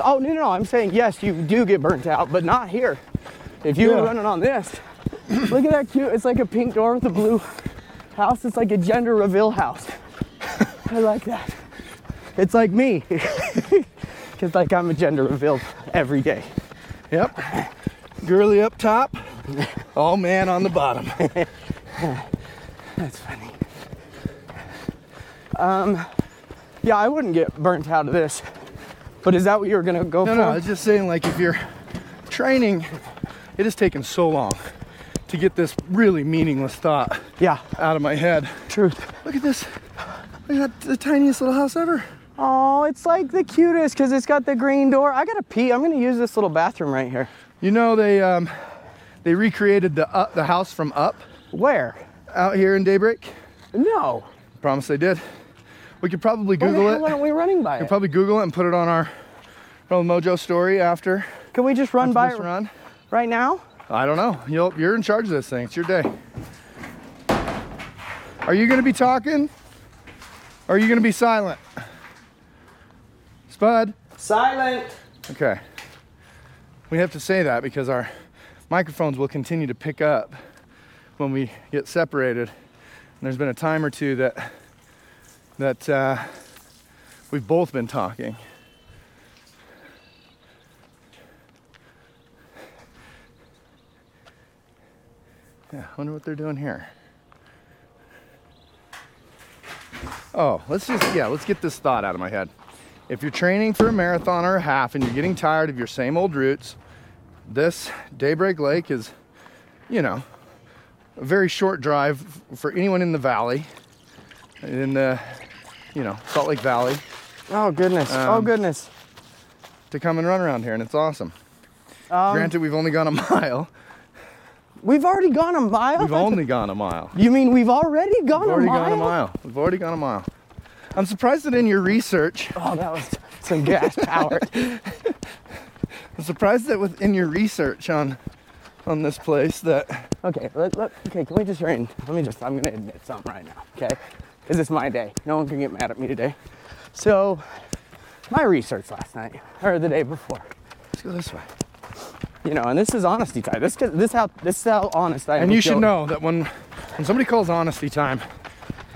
Speaker 2: Oh no, no, no, I'm saying yes, you do get burnt out, but not here. If you
Speaker 1: Yeah.
Speaker 2: were running on this, <clears throat> look at that cute. It's like a pink door with a blue house. It's like a gender reveal house. <laughs> I like that. It's like me, <laughs> because like I'm a gender reveal every day.
Speaker 1: Yep. Girly up top, all man on the bottom.
Speaker 2: That's funny. Um, yeah, I wouldn't get burnt out of this. But is that what you were gonna go
Speaker 1: No,
Speaker 2: for?
Speaker 1: no, I was just saying, like, if you're training, it has taken so long to get this really meaningless thought
Speaker 2: Yeah,
Speaker 1: out of my head.
Speaker 2: truth.
Speaker 1: Look at this. Look at that, the tiniest little house ever.
Speaker 2: Oh, it's like the cutest because it's got the green door. I gotta pee. I'm gonna use this little bathroom right here.
Speaker 1: You know, they um, they recreated the up, the house from Up
Speaker 2: Where?
Speaker 1: out here in Daybreak.
Speaker 2: No.
Speaker 1: Promise they did. We could probably
Speaker 2: Why the
Speaker 1: Google
Speaker 2: hell
Speaker 1: it.
Speaker 2: aren't we running by it?
Speaker 1: Probably Google it and put it on our Run with Mojo story after
Speaker 2: Can we just run by
Speaker 1: this
Speaker 2: it
Speaker 1: run.
Speaker 2: right now?
Speaker 1: I don't know. You'll, you're in charge of this thing. It's your day. Are you going to be talking? Or are you going to be silent? Spud.
Speaker 2: Silent.
Speaker 1: Okay. We have to say that because our microphones will continue to pick up when we get separated. And there's been a time or two that that uh, we've both been talking. Yeah, I wonder what they're doing here. Oh, let's just yeah, let's get this thought out of my head. If you're training for a marathon or a half and you're getting tired of your same old routes, this Daybreak Lake is, you know, a very short drive f- for anyone in the valley, in the, you know, Salt Lake Valley,
Speaker 2: Oh goodness. oh
Speaker 1: Um,
Speaker 2: goodness.
Speaker 1: to come and run around here, and it's awesome.
Speaker 2: Um,
Speaker 1: Granted, we've only gone a <laughs> mile.
Speaker 2: we've already gone a mile.
Speaker 1: We've only gone a mile.
Speaker 2: You mean we've already gone
Speaker 1: We've
Speaker 2: a
Speaker 1: already
Speaker 2: mile?
Speaker 1: gone a mile. We've already gone a mile. I'm surprised that in your research,
Speaker 2: Oh, that was <laughs> some gas power. <laughs>
Speaker 1: I'm surprised that within your research on, on this place that
Speaker 2: okay. Let, let, okay. Can we just rain? Let me just. I'm gonna admit something right now. Okay. Because it's my day. No one can get mad at me today. So, my research last night or the day before.
Speaker 1: let's go this way.
Speaker 2: You know, and this is honesty time. This this how this is how honest I am.
Speaker 1: And
Speaker 2: with
Speaker 1: you should
Speaker 2: Joey.
Speaker 1: know that when when somebody calls honesty time,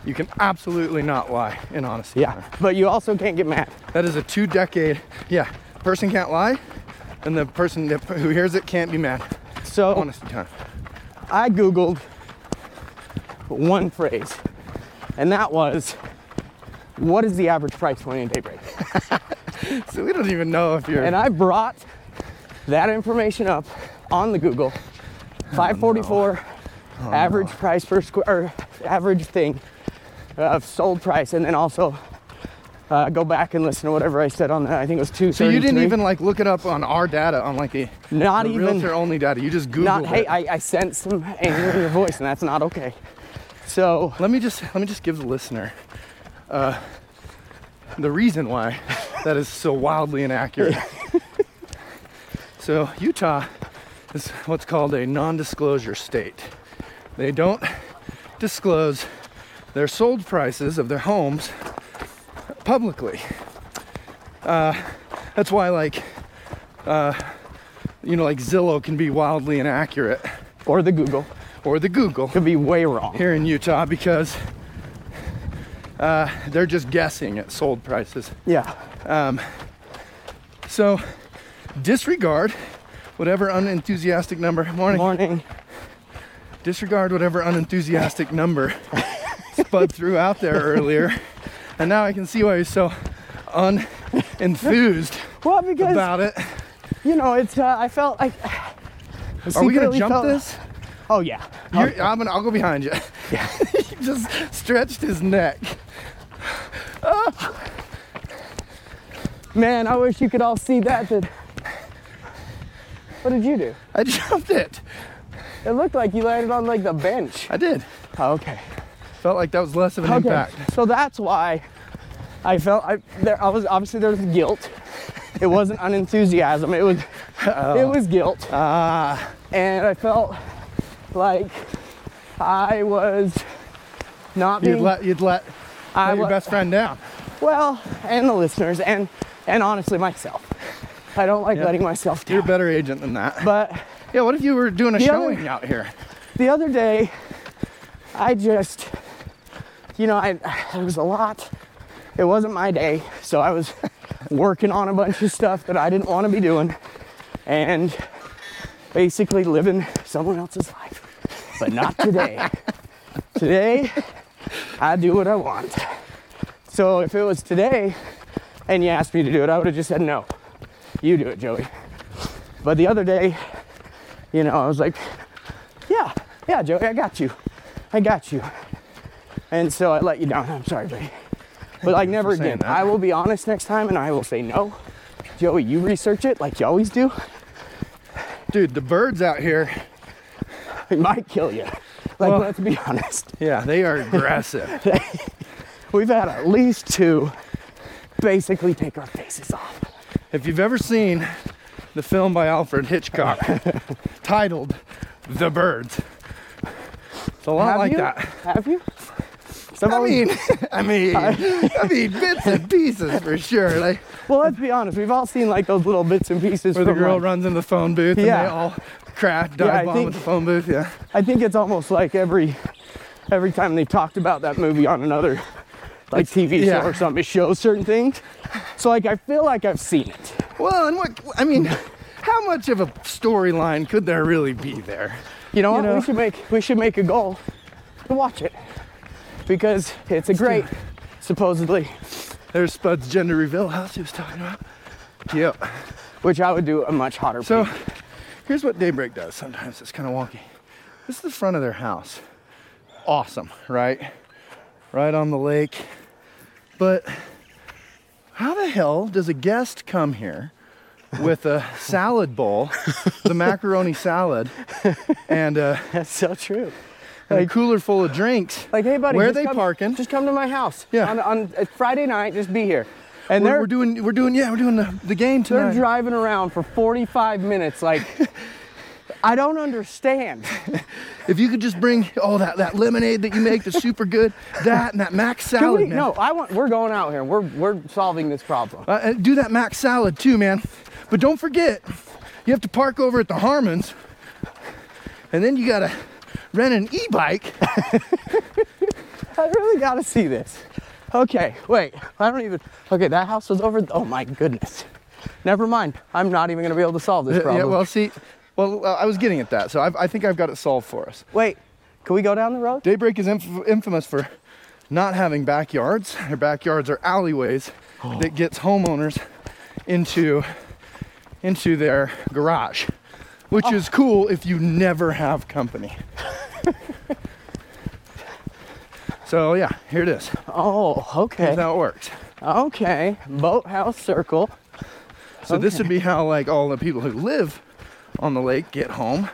Speaker 1: you can absolutely not lie in honesty.
Speaker 2: Yeah,
Speaker 1: time.
Speaker 2: but you also can't get mad.
Speaker 1: That is a two decade. Yeah, person can't lie, and the person that, who hears it can't be mad.
Speaker 2: So
Speaker 1: Honesty time.
Speaker 2: I Googled one phrase, and that was, "What is the average price when in daybreak?"
Speaker 1: So we don't even know if you're.
Speaker 2: and I brought that information up on the Google.
Speaker 1: Oh,
Speaker 2: 544 average price per square, or average thing of sold price, and then also uh, go back and listen to whatever I said on that. I think it was two.
Speaker 1: so you didn't even like look it up on our data on like the,
Speaker 2: Not
Speaker 1: the
Speaker 2: even-
Speaker 1: realtor only data. You just Googled
Speaker 2: not hey
Speaker 1: it.
Speaker 2: I, I sense some anger in your voice and that's not okay so
Speaker 1: let me just let me just give the listener uh, the reason why that is so wildly inaccurate. so Utah is what's called a non-disclosure state. They don't disclose their sold prices of their homes publicly. Uh, that's why, like, uh, you know, like Zillow can be wildly inaccurate,
Speaker 2: or the google
Speaker 1: or the Google
Speaker 2: could be way wrong
Speaker 1: here in Utah because Uh, they're just guessing at sold prices.
Speaker 2: Yeah.
Speaker 1: Um, so disregard whatever unenthusiastic number. Morning.
Speaker 2: Morning.
Speaker 1: Disregard whatever unenthusiastic number Spud threw out there earlier, and now I can see why he's so unenthused
Speaker 2: Well, because
Speaker 1: about it.
Speaker 2: you know, it's uh, I felt like. I
Speaker 1: Are we gonna
Speaker 2: secretly
Speaker 1: jump
Speaker 2: felt-
Speaker 1: this?
Speaker 2: Oh yeah. <laughs>
Speaker 1: You're, I'm gonna, I'll go behind you. <laughs> he just stretched his neck.
Speaker 2: Man, I wish you could all see that. That. What did you do?
Speaker 1: I jumped it.
Speaker 2: It looked like you landed on like the bench.
Speaker 1: I did.
Speaker 2: Oh, okay.
Speaker 1: Felt like that was less of an
Speaker 2: Okay.
Speaker 1: impact.
Speaker 2: So that's why I felt I there. I was obviously there was guilt. It wasn't unenthusiasm. It was it was guilt.
Speaker 1: Oh. Ah,
Speaker 2: and I felt like I was not
Speaker 1: you'd
Speaker 2: being
Speaker 1: let you'd let,
Speaker 2: I
Speaker 1: let your
Speaker 2: wa-
Speaker 1: best friend down.
Speaker 2: well, and the listeners, and and honestly myself. I don't like letting myself
Speaker 1: You're a
Speaker 2: down.
Speaker 1: better agent than that.
Speaker 2: but
Speaker 1: yeah, what if you were doing a
Speaker 2: The other-
Speaker 1: showing out here?
Speaker 2: the other day, I just, you know, I it was a lot. It wasn't my day, so I was <laughs> working on a bunch of stuff that I didn't want to be doing, and basically living someone else's life. <laughs> But
Speaker 1: <laughs>
Speaker 2: not today. today, I do what I want. So if it was today, and you asked me to do it, I would have just said no. You do it, Joey. But the other day, you know, I was like, yeah, yeah, Joey, I got you. I got you. And so I let you down. I'm sorry, buddy. But like never
Speaker 1: saying
Speaker 2: again.
Speaker 1: that.
Speaker 2: I will be honest next time and I will say no. Joey, you research it like you always do.
Speaker 1: Dude, the birds out here,
Speaker 2: It might kill you. Like
Speaker 1: Well-
Speaker 2: let's be honest.
Speaker 1: yeah, they are aggressive.
Speaker 2: <laughs> We've had at least two basically take our faces off.
Speaker 1: if you've ever seen the film by Alfred
Speaker 2: <laughs>
Speaker 1: Hitchcock titled The Birds, it's a lot
Speaker 2: Have
Speaker 1: like
Speaker 2: you?
Speaker 1: that.
Speaker 2: Have you? Some
Speaker 1: I mean, <laughs> I mean, I mean, bits and pieces for sure. Like
Speaker 2: <laughs> well, let's be honest. We've all seen like those little bits and pieces.
Speaker 1: where the
Speaker 2: from,
Speaker 1: girl
Speaker 2: like-
Speaker 1: runs in the phone booth and
Speaker 2: Yeah.
Speaker 1: they all crash, dive
Speaker 2: Yeah, I
Speaker 1: bomb
Speaker 2: think-
Speaker 1: with the phone booth. Yeah,
Speaker 2: I think it's almost like every every time they talked about that movie on another like TV
Speaker 1: yeah.
Speaker 2: show or something, it shows certain things. So like I feel like I've seen it.
Speaker 1: Well, and what I mean, <laughs> how much of a storyline could there really be there?
Speaker 2: You know what?
Speaker 1: know?
Speaker 2: We should make we should make a goal to watch it because it's a great, supposedly,
Speaker 1: There's Spud's gender reveal house he was talking about. Yep.
Speaker 2: which I would do a much hotter.
Speaker 1: So
Speaker 2: peak.
Speaker 1: here's what Daybreak does sometimes. It's kind of wonky. This is the front of their house. Awesome, right? Right on the lake. But how the hell does a guest come here with
Speaker 2: <laughs>
Speaker 1: a salad bowl, the macaroni salad, and a,
Speaker 2: <laughs> that's so true.
Speaker 1: and a cooler full of drinks?
Speaker 2: Like hey buddy,
Speaker 1: where are
Speaker 2: just
Speaker 1: they
Speaker 2: come-
Speaker 1: parking?
Speaker 2: Just come to my house.
Speaker 1: Yeah.
Speaker 2: On, on uh, Friday night, just be here. And
Speaker 1: We're,
Speaker 2: they're
Speaker 1: we're doing, we're doing, yeah, we're doing the, the game
Speaker 2: they're
Speaker 1: tonight.
Speaker 2: driving around for 45 minutes. Like <laughs> I don't understand.
Speaker 1: If you could just bring all that, that lemonade that you make that's super
Speaker 2: <laughs>
Speaker 1: good, that and that mac
Speaker 2: Do
Speaker 1: salad.
Speaker 2: we,
Speaker 1: man.
Speaker 2: no, I want. We're going out here. We're we're solving this problem. <laughs>
Speaker 1: Uh, and do that mac salad too, man. But don't forget, you have to park over at the Harmons, and then you gotta rent an e-bike. <laughs>
Speaker 2: I really gotta see this. Okay, wait. I don't even. Okay, that house was over. Oh my goodness. Never mind. I'm not even gonna be able to solve this
Speaker 1: <laughs>
Speaker 2: problem.
Speaker 1: yeah, well, see, well, uh, I was getting at that, so I've, I think I've got it solved for us.
Speaker 2: wait. Can we go down the road?
Speaker 1: Daybreak is inf- infamous for not having backyards. Their backyards are alleyways that gets homeowners into into their garage, which is cool if you never have company. so yeah, here it is.
Speaker 2: Oh, okay.
Speaker 1: Here's how it works.
Speaker 2: Okay. Boathouse circle.
Speaker 1: So this would be how like all the people who live on the lake get home.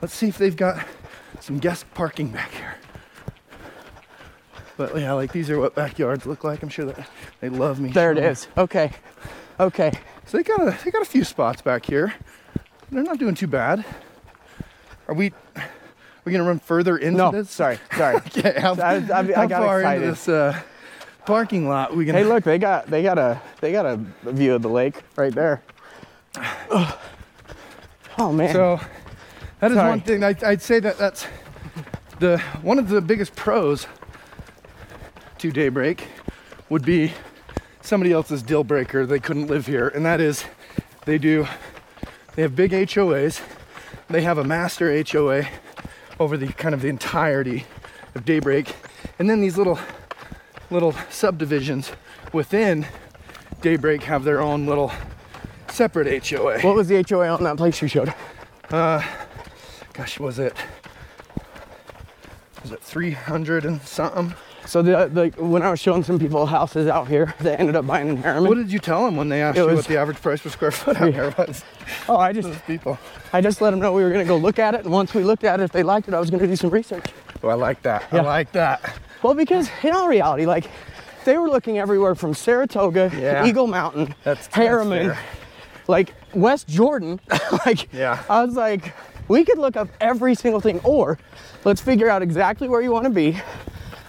Speaker 1: Let's see if they've got some guest parking back here. But yeah, like these are what backyards look like. I'm sure that they love me.
Speaker 2: There it
Speaker 1: showing.
Speaker 2: is. Okay. Okay.
Speaker 1: So they got a they got a few spots back here. They're not doing too bad. Are we are we gonna run further into
Speaker 2: No.
Speaker 1: this?
Speaker 2: Sorry.
Speaker 1: <laughs>
Speaker 2: Sorry.
Speaker 1: Okay, how,
Speaker 2: I- I- I
Speaker 1: how
Speaker 2: got
Speaker 1: far
Speaker 2: excited.
Speaker 1: into this uh, parking lot we gonna
Speaker 2: Hey, look. They got they got a they got a view of the lake
Speaker 1: <sighs>
Speaker 2: right there. Ugh. Oh man.
Speaker 1: So that is
Speaker 2: Sorry.
Speaker 1: one thing. I, I'd say that that's the one of the biggest pros to daybreak would be somebody else's deal breaker. They couldn't live here, and that is they do. They have big HOAs. They have a master HOA over the kind of the entirety of daybreak, and then these little little subdivisions within daybreak have their own little separate HOA.
Speaker 2: What was the HOA on that place you showed?
Speaker 1: gosh, was it? Was it 300 and something?
Speaker 2: So the, the when I was showing some people houses out here, they ended up buying in Harriman.
Speaker 1: What did you tell them when they asked
Speaker 2: It
Speaker 1: you
Speaker 2: was-
Speaker 1: what the average price per square foot out here was?
Speaker 2: oh, I just
Speaker 1: Those people.
Speaker 2: I just let them know we were gonna go look at it, and once we looked at it, if they liked it, I was gonna do some research.
Speaker 1: Oh, I like that. I
Speaker 2: Yeah.
Speaker 1: like that.
Speaker 2: Well, because in all reality, like they were looking everywhere from Saratoga,
Speaker 1: Yeah.
Speaker 2: Eagle Mountain,
Speaker 1: That's- that's
Speaker 2: Harriman,
Speaker 1: fair.
Speaker 2: like West Jordan. <laughs> like
Speaker 1: Yeah.
Speaker 2: I was like, we could look up every single thing, or let's figure out exactly where you want to be,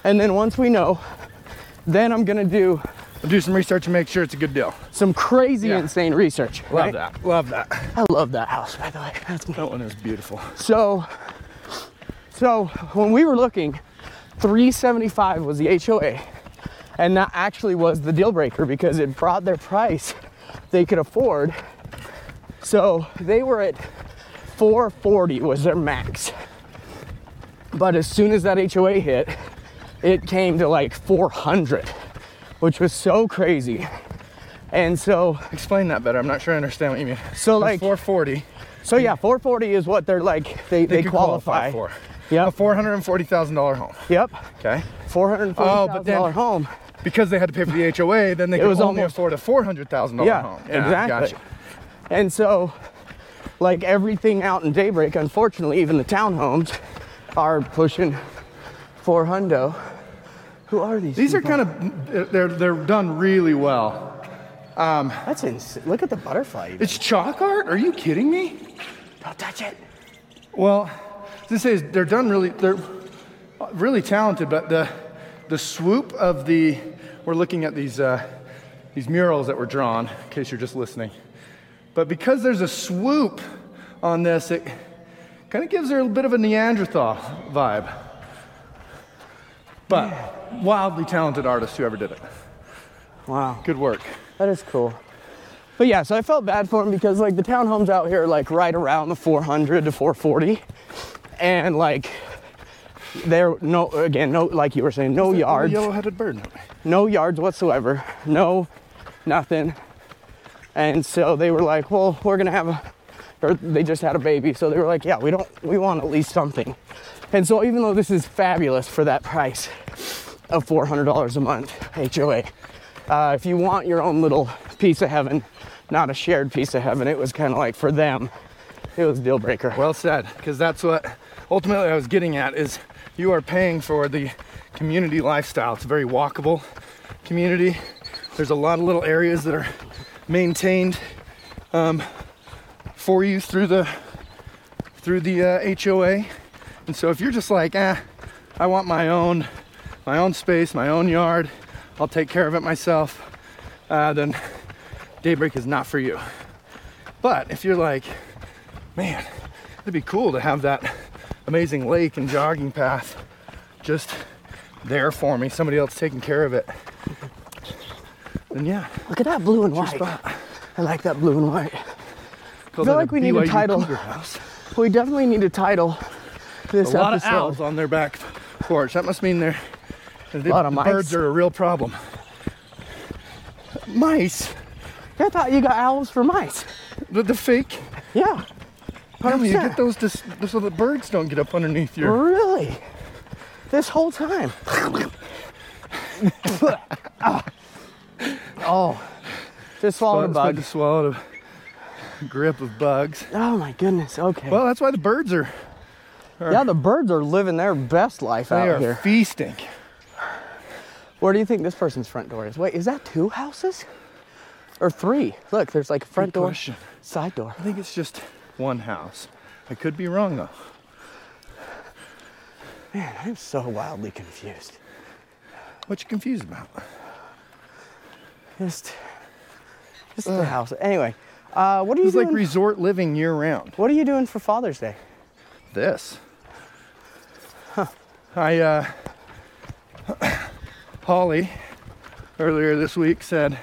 Speaker 2: and then once we know, then I'm gonna do
Speaker 1: I'll do some research and make sure it's a good deal.
Speaker 2: some crazy,
Speaker 1: Yeah.
Speaker 2: insane research.
Speaker 1: Love
Speaker 2: right?
Speaker 1: that. Love that.
Speaker 2: I love that house, by the way. That's
Speaker 1: That one is beautiful.
Speaker 2: So, so when we were looking, 375 was the HOA, and that actually was the deal breaker because it brought their price they could afford. So they were at 440 was their max. But as soon as that HOA hit, it came to like 400, which was so crazy. And so,
Speaker 1: Explain that better. I'm not sure I understand what you mean.
Speaker 2: So,
Speaker 1: It was
Speaker 2: like-
Speaker 1: 440.
Speaker 2: so yeah, 440 is what they're like they they,
Speaker 1: could
Speaker 2: qualify.
Speaker 1: for
Speaker 2: Yep.
Speaker 1: a $440,000 home.
Speaker 2: Yep.
Speaker 1: Okay.
Speaker 2: Four hundred forty
Speaker 1: Oh,
Speaker 2: thousand
Speaker 1: but
Speaker 2: thousand
Speaker 1: then-
Speaker 2: dollar home.
Speaker 1: Because they had to pay for the HOA, then they could
Speaker 2: was
Speaker 1: only
Speaker 2: almost-
Speaker 1: afford a $400,000 home.
Speaker 2: exactly.
Speaker 1: Gotcha.
Speaker 2: And so, like everything out in Daybreak, unfortunately, even the townhomes are pushing four hundo. Who are these?
Speaker 1: These are kind of they're they're done really well.
Speaker 2: of that's insane. Look at the butterfly.
Speaker 1: It's chalk art? Are you kidding me?
Speaker 2: Don't touch it.
Speaker 1: Well, this is they're done really they're really talented, but the the swoop of the we're looking at these uh, these murals that were drawn. In case you're just listening, but because there's a swoop on this, it kind of gives her a bit of a Neanderthal vibe. But wildly talented artist, whoever did it.
Speaker 2: Wow,
Speaker 1: Good work.
Speaker 2: that is cool. But yeah, so I felt bad for them because like the townhomes out here are like right around the 400 to 440, and like they're no again no like you were saying no yards.
Speaker 1: Yellow-headed bird.
Speaker 2: no yards whatsoever, no nothing. And so they were like, well, we're gonna have a, or they just had a baby, so they were like, yeah, we don't, we want at least something. And so even though this is fabulous for that price of $400 a month HOA, uh, if you want your own little piece of heaven, not a shared piece of heaven, it was kind of like for them, it was deal breaker.
Speaker 1: Well said, because that's what ultimately I was getting at is you are paying for the community lifestyle. It's a very walkable community. There's a lot of little areas that are maintained um, for you through the through the uh, HOA. And so if you're just like, ah, I want my own my own space, my own yard, I'll take care of it myself, uh, then Daybreak is not for you. But if you're like, man, it'd be cool to have that amazing lake and jogging path just there for me, somebody else taking care of it. And yeah, uh,
Speaker 2: Look at that blue and white. I like that blue and white.
Speaker 1: call
Speaker 2: feel
Speaker 1: that
Speaker 2: like we need a
Speaker 1: BYU
Speaker 2: title.
Speaker 1: Cougar house.
Speaker 2: We definitely need to title this
Speaker 1: A lot of
Speaker 2: episode.
Speaker 1: owls on their back porch. That must mean they're. they-
Speaker 2: Lot of
Speaker 1: the
Speaker 2: mice.
Speaker 1: birds are a real problem. Mice?
Speaker 2: I thought you got owls for mice.
Speaker 1: The, the fake?
Speaker 2: Yeah.
Speaker 1: How do you
Speaker 2: 100%.
Speaker 1: get those dis- so the birds don't get up underneath your.
Speaker 2: Really? This whole time. <laughs> Ah. oh. Just
Speaker 1: Well,
Speaker 2: swallowed a
Speaker 1: it's good
Speaker 2: bug.
Speaker 1: to swallow a grip of bugs.
Speaker 2: Oh my goodness. Okay.
Speaker 1: Well, that's why the birds are
Speaker 2: yeah, the birds are living their best life
Speaker 1: they
Speaker 2: out
Speaker 1: are
Speaker 2: here.
Speaker 1: feasting.
Speaker 2: Where do you think this person's front door is? Wait, is that two houses? Or three? Look, there's like a front
Speaker 1: Good
Speaker 2: door,
Speaker 1: question.
Speaker 2: side door.
Speaker 1: I think it's just one house. I could be wrong though.
Speaker 2: Man, I'm so wildly confused.
Speaker 1: What you confused about?
Speaker 2: Just, just the house. Anyway, uh, what are you
Speaker 1: It's
Speaker 2: doing?
Speaker 1: like resort living year round.
Speaker 2: what are you doing for Father's Day?
Speaker 1: This. I uh <coughs> Holly earlier this week said,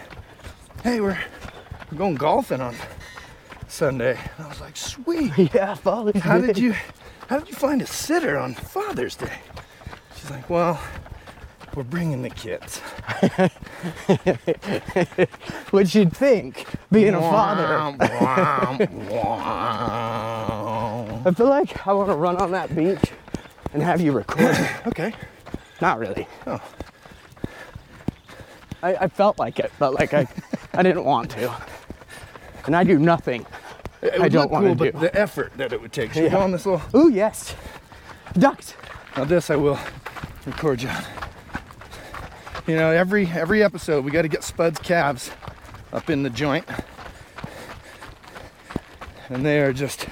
Speaker 1: Hey, we're, we're going golfing on Sunday. And I was like, Sweet.
Speaker 2: <laughs> Yeah, Father.
Speaker 1: How did
Speaker 2: <laughs>
Speaker 1: you how did you find a sitter on Father's Day? She's like, Well, we're bringing the kids.
Speaker 2: Which you'd think, being a father.
Speaker 1: father.
Speaker 2: I feel like I want to run on that beach and have you record.
Speaker 1: <laughs>
Speaker 2: it.
Speaker 1: okay.
Speaker 2: Not really.
Speaker 1: Oh.
Speaker 2: I, I felt like it, but like I, I didn't want to. And I do nothing.
Speaker 1: It
Speaker 2: I
Speaker 1: would
Speaker 2: don't
Speaker 1: look
Speaker 2: wanna
Speaker 1: cool, but
Speaker 2: do.
Speaker 1: the effort that it would take. Should we
Speaker 2: Yeah.
Speaker 1: go on this little
Speaker 2: Ooh, yes. Ducks.
Speaker 1: Now this I will record John. You know, every every episode we gotta get Spud's calves up in the joint. And they are just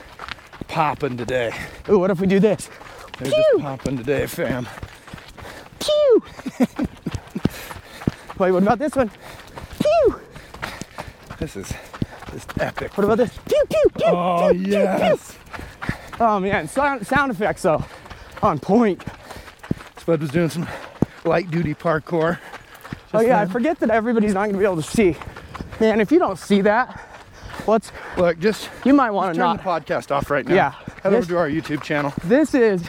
Speaker 1: popping today.
Speaker 2: Ooh, what if we do this?
Speaker 1: They're
Speaker 2: Pew!
Speaker 1: just popping today, fam.
Speaker 2: Pew! <laughs> Wait, what about this one? Pew!
Speaker 1: This is just epic.
Speaker 2: What about this? Pew, pew, pew,
Speaker 1: Oh
Speaker 2: pew, pew, pew.
Speaker 1: yes!
Speaker 2: Oh man, sound, sound effects though, on point.
Speaker 1: Spud was doing some light duty parkour.
Speaker 2: oh yeah, I forget that everybody's not gonna be able to see. Man, if you don't see that, what's
Speaker 1: Look, just
Speaker 2: you might want to
Speaker 1: turn
Speaker 2: not.
Speaker 1: the podcast off right now.
Speaker 2: Yeah.
Speaker 1: Head over
Speaker 2: This-
Speaker 1: to our YouTube channel.
Speaker 2: this is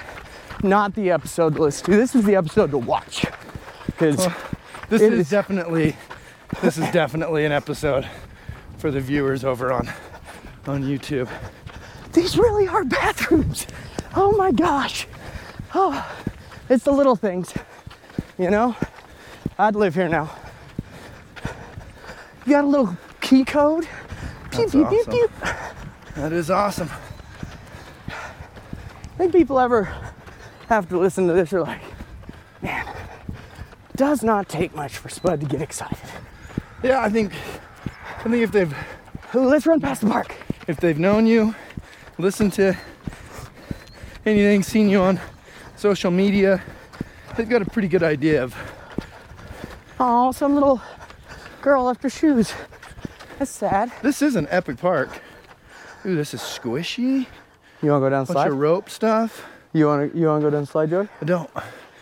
Speaker 2: not the episode to listen to. This is the episode to watch. Because
Speaker 1: This
Speaker 2: It
Speaker 1: is
Speaker 2: is-
Speaker 1: definitely this is definitely an episode for the viewers over on on YouTube.
Speaker 2: these really are bathrooms. Oh my gosh. Oh, it's the little things. You know, I'd live here now. You got a little key code. Pew,
Speaker 1: That's
Speaker 2: pew, pew,
Speaker 1: awesome.
Speaker 2: pew.
Speaker 1: That is awesome.
Speaker 2: think people ever have to listen to this are like, man, does not take much for Spud to get excited.
Speaker 1: Yeah, I think I think if they've
Speaker 2: Ooh, let's run past the park.
Speaker 1: if they've known you, listened to anything, seen you on social media, they've got a pretty good idea of
Speaker 2: Oh, some little girl left her shoes. That's sad.
Speaker 1: this is an epic park. Ooh, this is squishy.
Speaker 2: You wanna go down the
Speaker 1: Bunch
Speaker 2: slide?
Speaker 1: of rope stuff.
Speaker 2: you wanna you wanna go down the slide, Joey?
Speaker 1: I don't.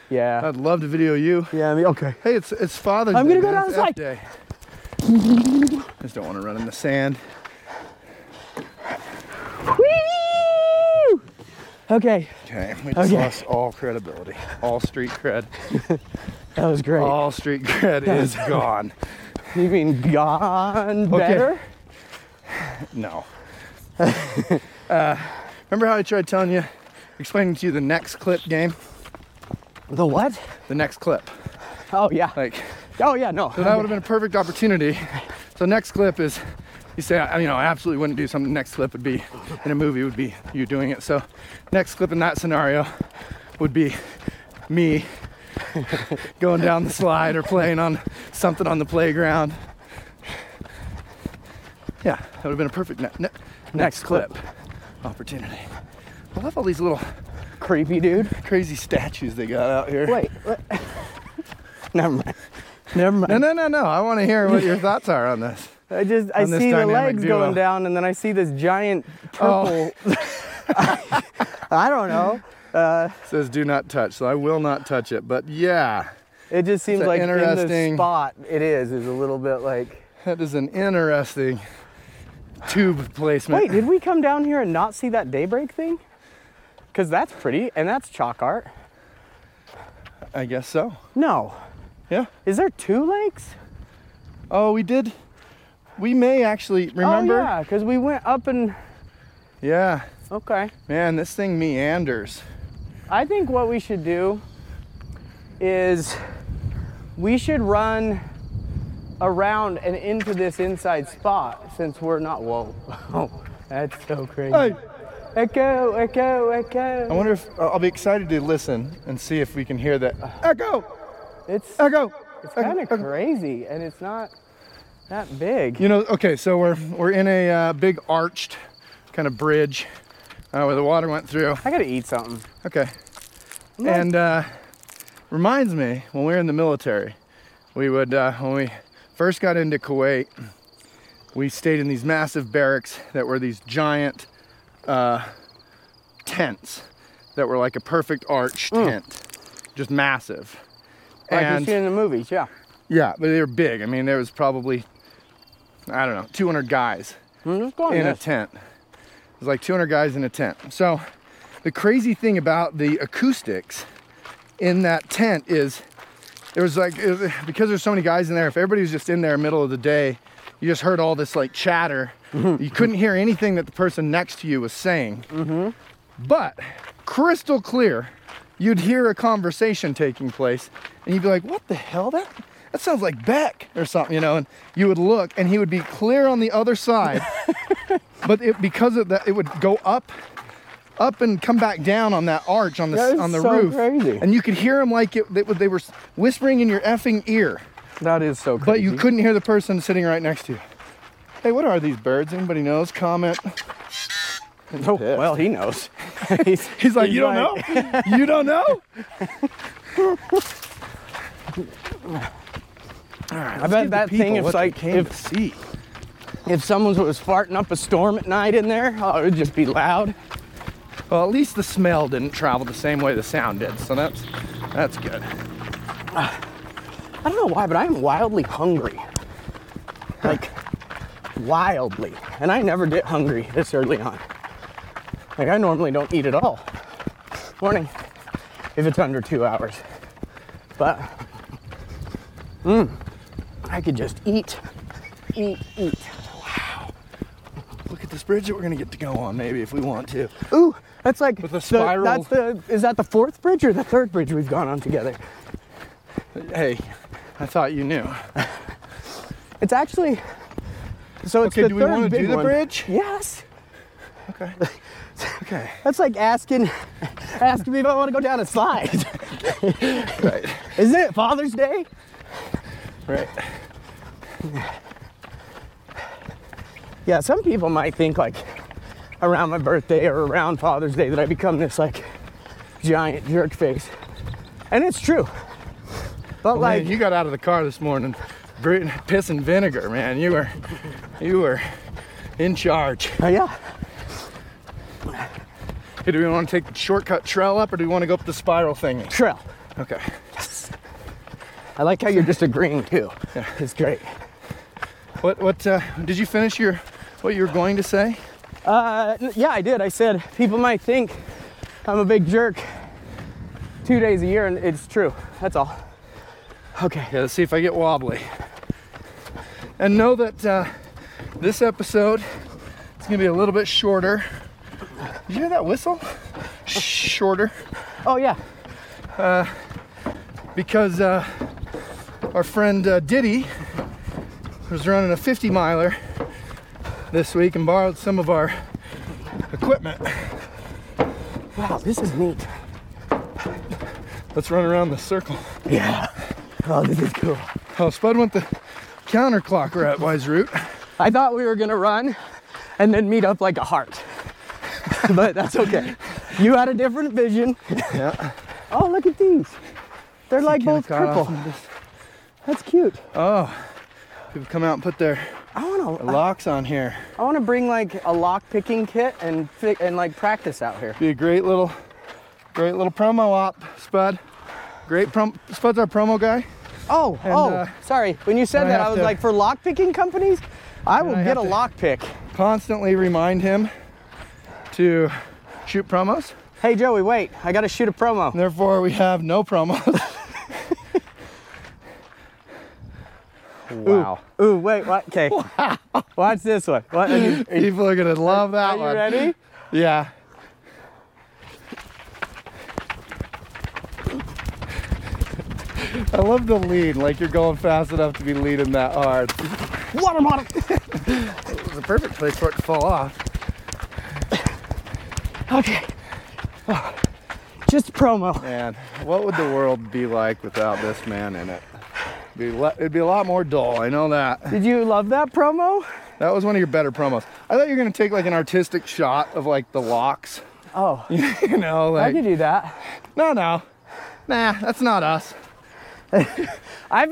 Speaker 2: Yeah.
Speaker 1: I'd love to video you.
Speaker 2: yeah, I mean, okay.
Speaker 1: Hey, it's it's Father's
Speaker 2: I'm
Speaker 1: Day.
Speaker 2: gonna go
Speaker 1: man.
Speaker 2: down
Speaker 1: It's
Speaker 2: the
Speaker 1: F
Speaker 2: slide.
Speaker 1: Day. Just don't want to run in the sand.
Speaker 2: Whee! Okay,
Speaker 1: Okay, we just
Speaker 2: Okay.
Speaker 1: lost all credibility. All street
Speaker 2: <laughs>
Speaker 1: cred.
Speaker 2: that was great.
Speaker 1: All street cred is
Speaker 2: <laughs>
Speaker 1: gone.
Speaker 2: You mean gone better?
Speaker 1: No. Uh, remember how I tried telling you, explaining to you the next clip game?
Speaker 2: The what?
Speaker 1: The next clip.
Speaker 2: Oh yeah.
Speaker 1: Like,
Speaker 2: Oh yeah, no.
Speaker 1: so that would have been a perfect opportunity. So next clip is, you say, I, you know, I absolutely wouldn't do something. Next clip would be, in a movie, would be you doing it. So next clip in that scenario would be me <laughs> going down the slide or playing on something on the playground. Yeah, that would have been a perfect ne- ne- next clip opportunity. I love all these little
Speaker 2: Creepy dude.
Speaker 1: crazy statues they got out here.
Speaker 2: Wait. What? <laughs> Never mind. Never mind.
Speaker 1: No, no, no, no. I want to hear what <laughs> your thoughts are on this.
Speaker 2: I just I
Speaker 1: on this
Speaker 2: see the
Speaker 1: dynamic
Speaker 2: legs
Speaker 1: duo.
Speaker 2: going down, and then I see this giant
Speaker 1: Oh.
Speaker 2: purple.
Speaker 1: <laughs>
Speaker 2: I don't know. Uh,
Speaker 1: says do not touch, so I will not touch it. But yeah,
Speaker 2: it just seems
Speaker 1: an
Speaker 2: like in
Speaker 1: interesting-
Speaker 2: the spot it is is a little bit like.
Speaker 1: that is an interesting tube placement.
Speaker 2: Wait, did we come down here and not see that daybreak thing? Because that's pretty, and that's chalk art.
Speaker 1: I guess so.
Speaker 2: No,
Speaker 1: Yeah.
Speaker 2: is there two lakes?
Speaker 1: Oh, we did. We may actually remember.
Speaker 2: Oh yeah, because we went up and
Speaker 1: yeah.
Speaker 2: okay.
Speaker 1: Man, this thing meanders.
Speaker 2: I think what we should do is we should run around and into this inside spot since we're not. Whoa, <laughs> that's so crazy.
Speaker 1: Hey,
Speaker 2: Echo, echo,
Speaker 1: I
Speaker 2: echo.
Speaker 1: wonder if I'll be excited to listen and see if we can hear that echo,
Speaker 2: It's
Speaker 1: echo.
Speaker 2: it's
Speaker 1: echo,
Speaker 2: kind of
Speaker 1: echo.
Speaker 2: crazy, and it's not that big.
Speaker 1: You know, okay, so we're we're in a uh, big arched kind of bridge uh, where the water went through.
Speaker 2: I gotta eat something.
Speaker 1: Okay.
Speaker 2: not-
Speaker 1: And uh, reminds me when we were in the military, we would uh, when we first got into Kuwait, we stayed in these massive barracks that were these giant uh, tents that were like a perfect arch tent, just massive.
Speaker 2: Like
Speaker 1: and
Speaker 2: you see in the movies, yeah.
Speaker 1: yeah, but they were big. I mean, there was probably I don't know, 200 guys
Speaker 2: Mm, Let's go on
Speaker 1: in a
Speaker 2: this.
Speaker 1: tent. It was like 200 guys in a tent. So the crazy thing about the acoustics in that tent is there was like it was- because there's so many guys in there. If everybody was just in there middle of the day, you just heard all this like chatter. You couldn't hear anything that the person next to you was saying. But crystal clear, you'd hear a conversation taking place, and you'd be like, "What the hell? That that sounds like Beck or something," you know. And you would look, and he would be clear on the other <laughs> side. but it, because of that, it would go up, up and come back down on that arch on the
Speaker 2: That
Speaker 1: s-
Speaker 2: is
Speaker 1: on the
Speaker 2: so
Speaker 1: roof,
Speaker 2: crazy.
Speaker 1: and you could hear him like it, they, were- they were whispering in your effing ear,
Speaker 2: That is so crazy.
Speaker 1: but you couldn't hear the person sitting right next to you. Mm-hmm. Hey, what are these birds? Anybody knows? Comment. <laughs>
Speaker 2: Oh, well, he knows. <laughs> he's,
Speaker 1: He's like, you don't know? you don't <laughs> know?
Speaker 2: I bet that thing, if like, if
Speaker 1: see.
Speaker 2: If someone was farting up a storm at night in there, oh, it would just be loud.
Speaker 1: Well, at least the smell didn't travel the same way the sound did, so that's that's good.
Speaker 2: I don't know why, but I'm wildly hungry. Like, wildly. And I never get hungry this early on. Like, I normally don't eat at all. Morning, if it's under two hours. But, mmm, I could just eat, eat, eat.
Speaker 1: Look at this bridge that we're gonna get to go on, maybe if we want to.
Speaker 2: Ooh, that's like
Speaker 1: With the spiral-
Speaker 2: that's the. Is that the fourth bridge or the third bridge we've gone on together?
Speaker 1: Hey, I thought you knew.
Speaker 2: It's actually. So it's
Speaker 1: Okay,
Speaker 2: the
Speaker 1: do we
Speaker 2: third
Speaker 1: wanna do
Speaker 2: big
Speaker 1: the
Speaker 2: one.
Speaker 1: bridge?
Speaker 2: Yes.
Speaker 1: <laughs> Okay. okay.
Speaker 2: That's like asking, <laughs> asking me if I want to go down a slide.
Speaker 1: <laughs> Right.
Speaker 2: Isn't it Father's Day?
Speaker 1: Right.
Speaker 2: Yeah, some people might think like around my birthday or around Father's Day that I become this like giant jerk face, and it's true. But like,
Speaker 1: Man, you got out of the car this morning, br- piss and vinegar, man. You were, you were, in charge.
Speaker 2: uh, yeah,
Speaker 1: Hey, do we want to take the shortcut trail up, or do we want to go up the spiral thingy?
Speaker 2: trail.
Speaker 1: Okay.
Speaker 2: I like how you're just agreeing too.
Speaker 1: Yeah.
Speaker 2: It's great.
Speaker 1: What what uh, did you finish your what you were going to say?
Speaker 2: Uh, n- yeah, I did. I said people might think I'm a big jerk two days a year, and it's true. That's all. Okay.
Speaker 1: Okay, let's see if I get wobbly. And know that uh, this episode is gonna be a little bit shorter. Did you hear that whistle? Shorter
Speaker 2: Oh yeah.
Speaker 1: because uh, our friend uh, Diddy was running a 50 miler this week and borrowed some of our equipment.
Speaker 2: Wow, this is neat.
Speaker 1: Let's run around the circle.
Speaker 2: Yeah. Oh, this is cool.
Speaker 1: Oh, Spud went the counterclockwise route.
Speaker 2: I thought we were gonna run and then meet up like a heart, <laughs> but that's okay. You had a different vision.
Speaker 1: Yeah.
Speaker 2: Oh, look at these. They're like
Speaker 1: Kinda
Speaker 2: both
Speaker 1: caught off
Speaker 2: purple.
Speaker 1: of this.
Speaker 2: That's cute.
Speaker 1: Oh, people come out and put their
Speaker 2: I wanna,
Speaker 1: locks on here.
Speaker 2: I wanna bring like a lock picking kit and fi- and like practice out here.
Speaker 1: Be a great little, great little promo op, Spud. Great prom. Spud's our promo guy.
Speaker 2: Oh, oh,
Speaker 1: uh,
Speaker 2: sorry. When you said
Speaker 1: and I
Speaker 2: that, I
Speaker 1: have
Speaker 2: was
Speaker 1: to-
Speaker 2: like, for lock picking companies, I will
Speaker 1: I
Speaker 2: get
Speaker 1: have
Speaker 2: a
Speaker 1: to-
Speaker 2: lock pick.
Speaker 1: Constantly remind him to shoot promos.
Speaker 2: Hey Joey, wait, I gotta shoot a promo.
Speaker 1: Therefore, we have no promos. <laughs> wow.
Speaker 2: Ooh, wait, what?
Speaker 1: <laughs>
Speaker 2: Okay. Watch this one. What? Are you,
Speaker 1: People are gonna love that
Speaker 2: are you
Speaker 1: one.
Speaker 2: ready?
Speaker 1: Yeah. I love the lead. Like you're going fast enough to be leading that hard.
Speaker 2: Water model.
Speaker 1: It's a perfect place for it to fall off.
Speaker 2: Okay. Oh, Just promo.
Speaker 1: Man, what would the world be like without this man in it? Be le- it'd be a lot more dull. I know that.
Speaker 2: Did you love that promo?
Speaker 1: That was one of your better promos. I thought you were gonna take like an artistic shot of like the locks. <laughs>
Speaker 2: Oh,
Speaker 1: You know,
Speaker 2: I
Speaker 1: like
Speaker 2: could do that.
Speaker 1: no, no, nah, that's not us.
Speaker 2: I feel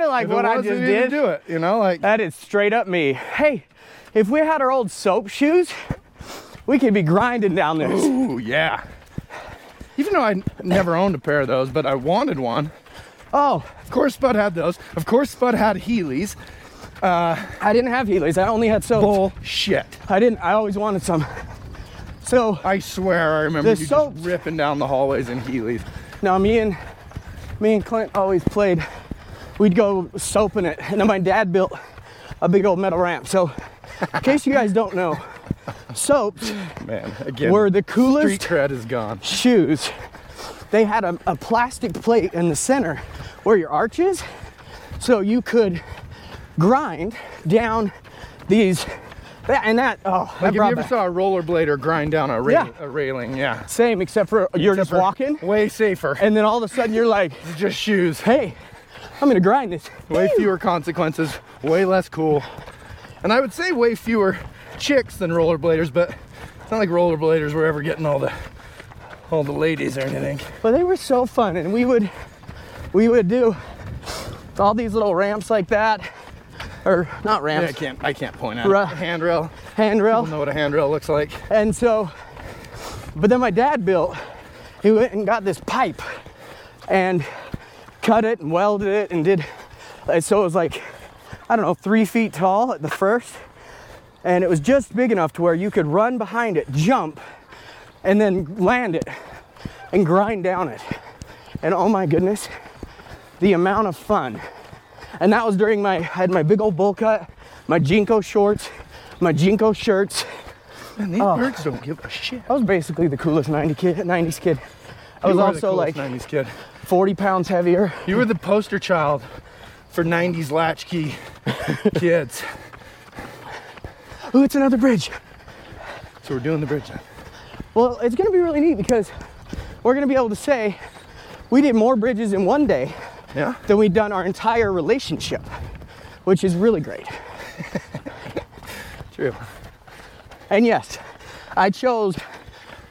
Speaker 2: like
Speaker 1: If it
Speaker 2: what I
Speaker 1: was, we
Speaker 2: just
Speaker 1: didn't
Speaker 2: did,
Speaker 1: do it. You know, like
Speaker 2: that is straight up me. Hey, if we had our old soap shoes, we could be grinding down
Speaker 1: <gasps>
Speaker 2: this.
Speaker 1: Ooh, yeah. Even though I n- never owned a pair of those, but I wanted one.
Speaker 2: Oh,
Speaker 1: Of course, Spud had those. Of course, Spud had Heelys.
Speaker 2: I didn't have Heelys. I only had soaps.
Speaker 1: Bullshit.
Speaker 2: I didn't. I always wanted some. So
Speaker 1: I swear, I remember
Speaker 2: The
Speaker 1: you
Speaker 2: soaps.
Speaker 1: just ripping down the hallways in Heelys.
Speaker 2: now me and me and Clint always played. We'd go soaping it, and then my dad built a big old metal ramp. So, in case you guys don't know, soaps
Speaker 1: Man, again,
Speaker 2: Were the coolest-
Speaker 1: Street cred is gone.
Speaker 2: shoes. They had a, a plastic plate in the center where your arch is, so you could grind down these. That, and that, oh, that
Speaker 1: Like if you
Speaker 2: brought
Speaker 1: ever
Speaker 2: back-
Speaker 1: saw a rollerblader grind down a, ra-
Speaker 2: Yeah.
Speaker 1: a railing, yeah.
Speaker 2: same, except for you're just
Speaker 1: Safer.
Speaker 2: walking,
Speaker 1: Way safer.
Speaker 2: and then all of a sudden you're like,
Speaker 1: It's just shoes.
Speaker 2: hey, I'm gonna grind this.
Speaker 1: Way fewer consequences. Way less cool. And I would say way fewer chicks than rollerbladers, but it's not like rollerbladers were ever getting all the all the ladies or anything.
Speaker 2: But they were so fun, and we would, we would do all these little ramps like that, or not
Speaker 1: I
Speaker 2: ramps,
Speaker 1: can't. I can't point out.
Speaker 2: Right.
Speaker 1: Handrail.
Speaker 2: handrail.
Speaker 1: I don't know what a handrail looks like.
Speaker 2: And so, but then my dad built, he went and got this pipe and cut it and welded it and did, and so it was like, I don't know, three feet tall at the first. And it was just big enough to where you could run behind it, jump, and then land it and grind down it. And oh my goodness, the amount of fun. And that was during my, I had my big old bowl cut, my Jinko shorts, my Jinko shirts.
Speaker 1: Man, these
Speaker 2: Oh.
Speaker 1: birds don't give a shit.
Speaker 2: I was basically the coolest 90 kid, 90s kid. I was
Speaker 1: You were the
Speaker 2: also like
Speaker 1: coolest 90s kid.
Speaker 2: 40 pounds heavier.
Speaker 1: You were the poster child for 90s
Speaker 2: <laughs>
Speaker 1: latchkey kids.
Speaker 2: Ooh, it's another bridge.
Speaker 1: So we're doing the bridge now.
Speaker 2: Well, it's gonna be really neat because we're gonna be able to say we did more bridges in one day
Speaker 1: Yeah.
Speaker 2: than we'd done our entire relationship, which is really great.
Speaker 1: True.
Speaker 2: And yes, I chose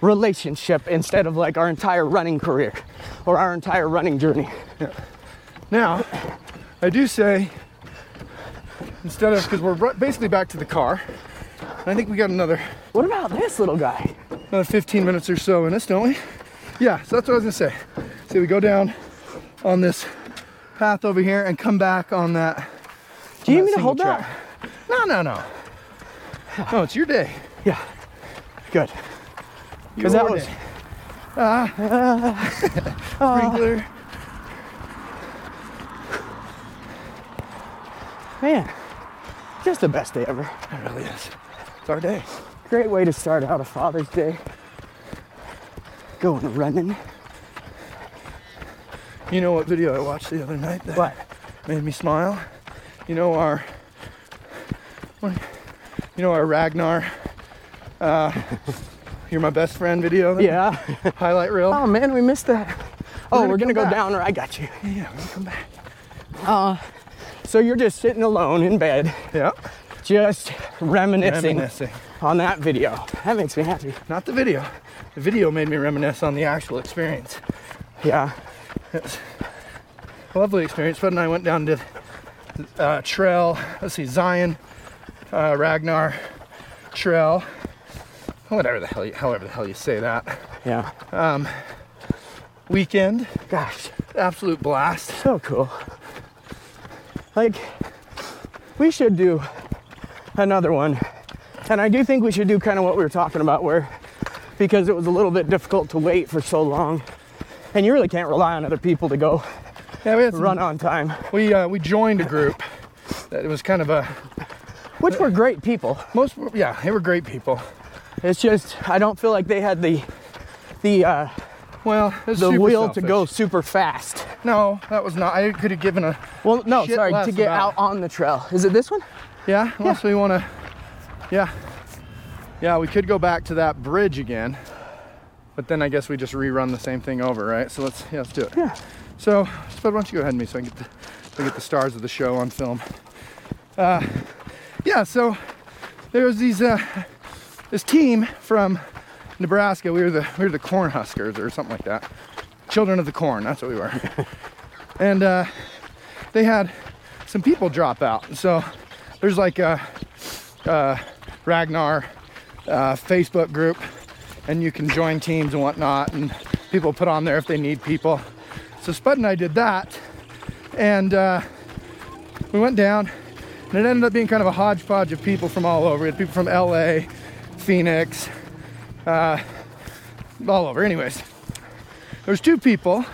Speaker 2: relationship instead of like our entire running career or our entire running journey.
Speaker 1: Now, I do say, instead of, because we're right- basically back to the car, and I think we got another,
Speaker 2: What about this little guy?
Speaker 1: another 15 minutes or so in us, don't we? Yeah, so that's what I was gonna say. So we go down on this path over here and come back on that.
Speaker 2: Do you
Speaker 1: on
Speaker 2: need me to
Speaker 1: single
Speaker 2: hold
Speaker 1: track. No, no, no. No, it's your day.
Speaker 2: that? Yeah. Good. Because
Speaker 1: Your
Speaker 2: that was
Speaker 1: day. Sprinkler.
Speaker 2: Uh. Man, just the best day ever.
Speaker 1: It really is. It's our day.
Speaker 2: Great way to start out a Father's Day. Going running.
Speaker 1: You know what video I watched the other night that
Speaker 2: What?
Speaker 1: made me smile? You know our, what- you know our Ragnar, uh, you're my best friend video. that
Speaker 2: Yeah.
Speaker 1: Highlight reel.
Speaker 2: Oh man, we missed that. oh,
Speaker 1: gonna
Speaker 2: we're gonna
Speaker 1: come
Speaker 2: go
Speaker 1: back.
Speaker 2: down, or I got you. Uh,
Speaker 1: yeah, yeah, we'll come back.
Speaker 2: So you're just sitting alone in bed,
Speaker 1: Yeah.
Speaker 2: just reminiscing
Speaker 1: Reminiscing.
Speaker 2: on that video. That makes me happy.
Speaker 1: Not the video. The video made me reminisce on the actual experience.
Speaker 2: Yeah.
Speaker 1: A lovely experience. Bud and I went down to uh, Trail. Let's see, Zion, uh, Ragnar, Trail. Whatever the hell, you, however the hell you say that.
Speaker 2: Yeah.
Speaker 1: Weekend,
Speaker 2: Gosh,
Speaker 1: absolute blast.
Speaker 2: so Oh, cool. Like, we should do another one. And I do think we should do kind of what we were talking about, where because it was a little bit difficult to wait for so long, and you really can't rely on other people to go
Speaker 1: Yeah, we had some,
Speaker 2: run on time,
Speaker 1: We uh, we joined a group. That it was kind of a
Speaker 2: which were great people.
Speaker 1: most yeah they were great people.
Speaker 2: It's just I don't feel like they had the the uh,
Speaker 1: Well, it was
Speaker 2: the
Speaker 1: super
Speaker 2: will
Speaker 1: selfish.
Speaker 2: to go super fast.
Speaker 1: No, that was not. I could have given a
Speaker 2: Well, no,
Speaker 1: Shit
Speaker 2: sorry,
Speaker 1: less
Speaker 2: to get
Speaker 1: about
Speaker 2: out
Speaker 1: it.
Speaker 2: on the trail. Is it this one?
Speaker 1: yeah. Unless we want to, yeah, yeah. We could go back to that bridge again, but then I guess we just rerun the same thing over, right? So let's yeah, let's do it.
Speaker 2: Yeah.
Speaker 1: So, Spud, why don't you go ahead of me so I can get the, so I can get the stars of the show on film? Uh, yeah, so there was these uh, this team from Nebraska. We were the we were the Corn Huskers or something like that. Children of the Corn, that's what we were. <laughs> and uh, they had some people drop out. So there's like a, uh Ragnar uh, Facebook group, and you can join teams and whatnot, and people put on there if they need people. So Spud and I did that, And uh, we went down, and it ended up being kind of a hodgepodge of people from all over. We had people from LA, Phoenix, uh, all over. Anyways, there was two people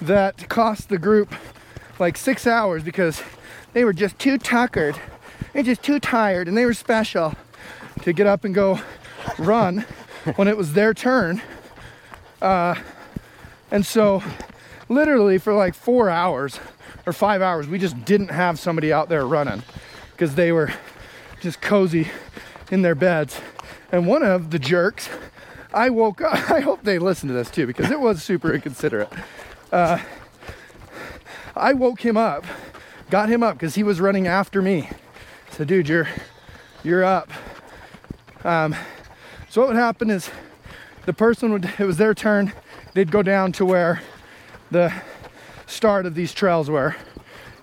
Speaker 1: that cost the group like six hours because they were just too tuckered. They were just too tired, and they were special to get up and go run when it was their turn. Uh, and so, literally, for like four hours or five hours, we just didn't have somebody out there running because they were just cozy in their beds. And one of the jerks, I woke up. <laughs> I hope they listen to this too because it was super inconsiderate. Uh, I woke him up, got him up because he was running after me. So, dude, you're you're up. Um, so what would happen is the person would it was their turn. They'd go down to where the start of these trails were,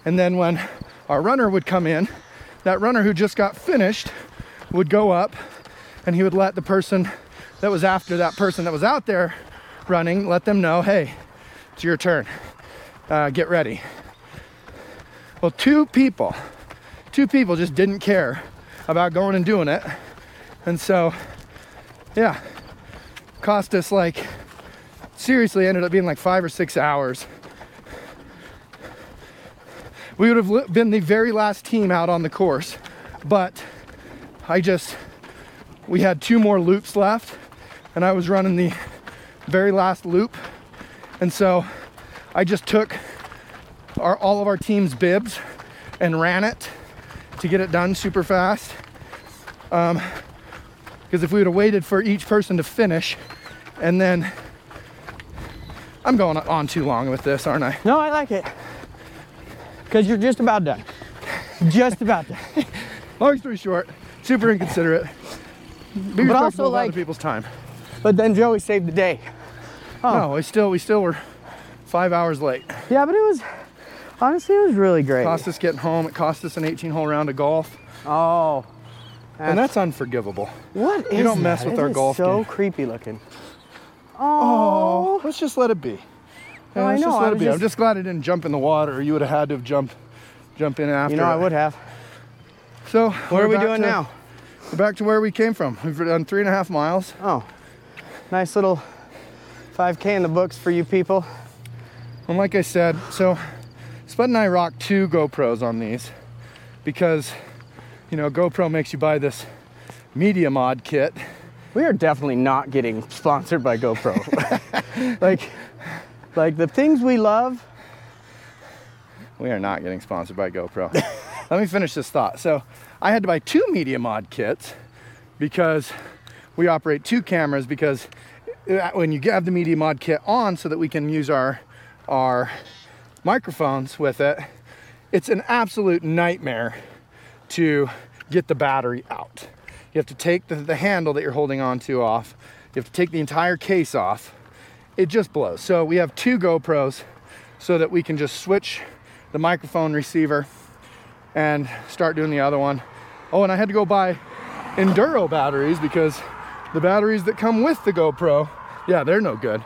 Speaker 1: and then when our runner would come in, that runner who just got finished would go up, and he would let the person that was after that person that was out there running let them know, hey, it's your turn uh, get ready. Well, two people, two people just didn't care about going and doing it. And so, yeah, cost us like, seriously ended up being like five or six hours. We would have li- been the very last team out on the course, but I just, we had two more loops left, and I was running the very last loop. And so, I just took our, all of our team's bibs and ran it to get it done super fast. Because if we would have waited for each person to finish, and then I'm going on too long with this, aren't I?
Speaker 2: No, I like it. Because you're just about done. Just about done.
Speaker 1: Long story short, super inconsiderate. Be respectful
Speaker 2: also,
Speaker 1: of
Speaker 2: like-
Speaker 1: other people's time.
Speaker 2: <laughs> But then Joey saved the day.
Speaker 1: No, we still we still were five hours late.
Speaker 2: Yeah, but it was, honestly, it was really great.
Speaker 1: Cost us getting home. It cost us an 18-hole round of golf,
Speaker 2: Oh.
Speaker 1: and that's unforgivable.
Speaker 2: What is
Speaker 1: You don't mess
Speaker 2: that?
Speaker 1: with
Speaker 2: It
Speaker 1: our
Speaker 2: is
Speaker 1: golf
Speaker 2: so
Speaker 1: game.
Speaker 2: creepy looking. Oh.
Speaker 1: Let's just let it be.
Speaker 2: No,
Speaker 1: Yeah,
Speaker 2: I
Speaker 1: let's
Speaker 2: know,
Speaker 1: Just
Speaker 2: I
Speaker 1: let it
Speaker 2: was
Speaker 1: be. I'm
Speaker 2: just-
Speaker 1: just glad I didn't jump in the water, or you would have had to have jumped, jump in after.
Speaker 2: Oh. You know, I
Speaker 1: it.
Speaker 2: would have.
Speaker 1: So
Speaker 2: What are we
Speaker 1: we're back
Speaker 2: doing
Speaker 1: to-
Speaker 2: now?
Speaker 1: We're back to where we came from. We've done three and a half miles.
Speaker 2: Oh. Nice little 5K in the books for you people.
Speaker 1: And like I said, so Spud and I rocked two GoPros on these because, you know, GoPro makes you buy this media mod kit.
Speaker 2: We are definitely not getting sponsored by GoPro. <laughs> like, like the things we love.
Speaker 1: We are not getting sponsored by GoPro. <laughs> Let me finish this thought. So I had to buy two media mod kits because we operate two cameras because uh, when you have the media mod kit on so that we can use our our microphones with it, it's an absolute nightmare to get the battery out. You have to take the, the handle that you're holding onto off. You have to take the entire case off. It just blows. So we have two GoPros so that we can just switch the microphone receiver and start doing the other one. Oh, and I had to go buy Enduro batteries because the batteries that come with the GoPro, yeah, they're no good.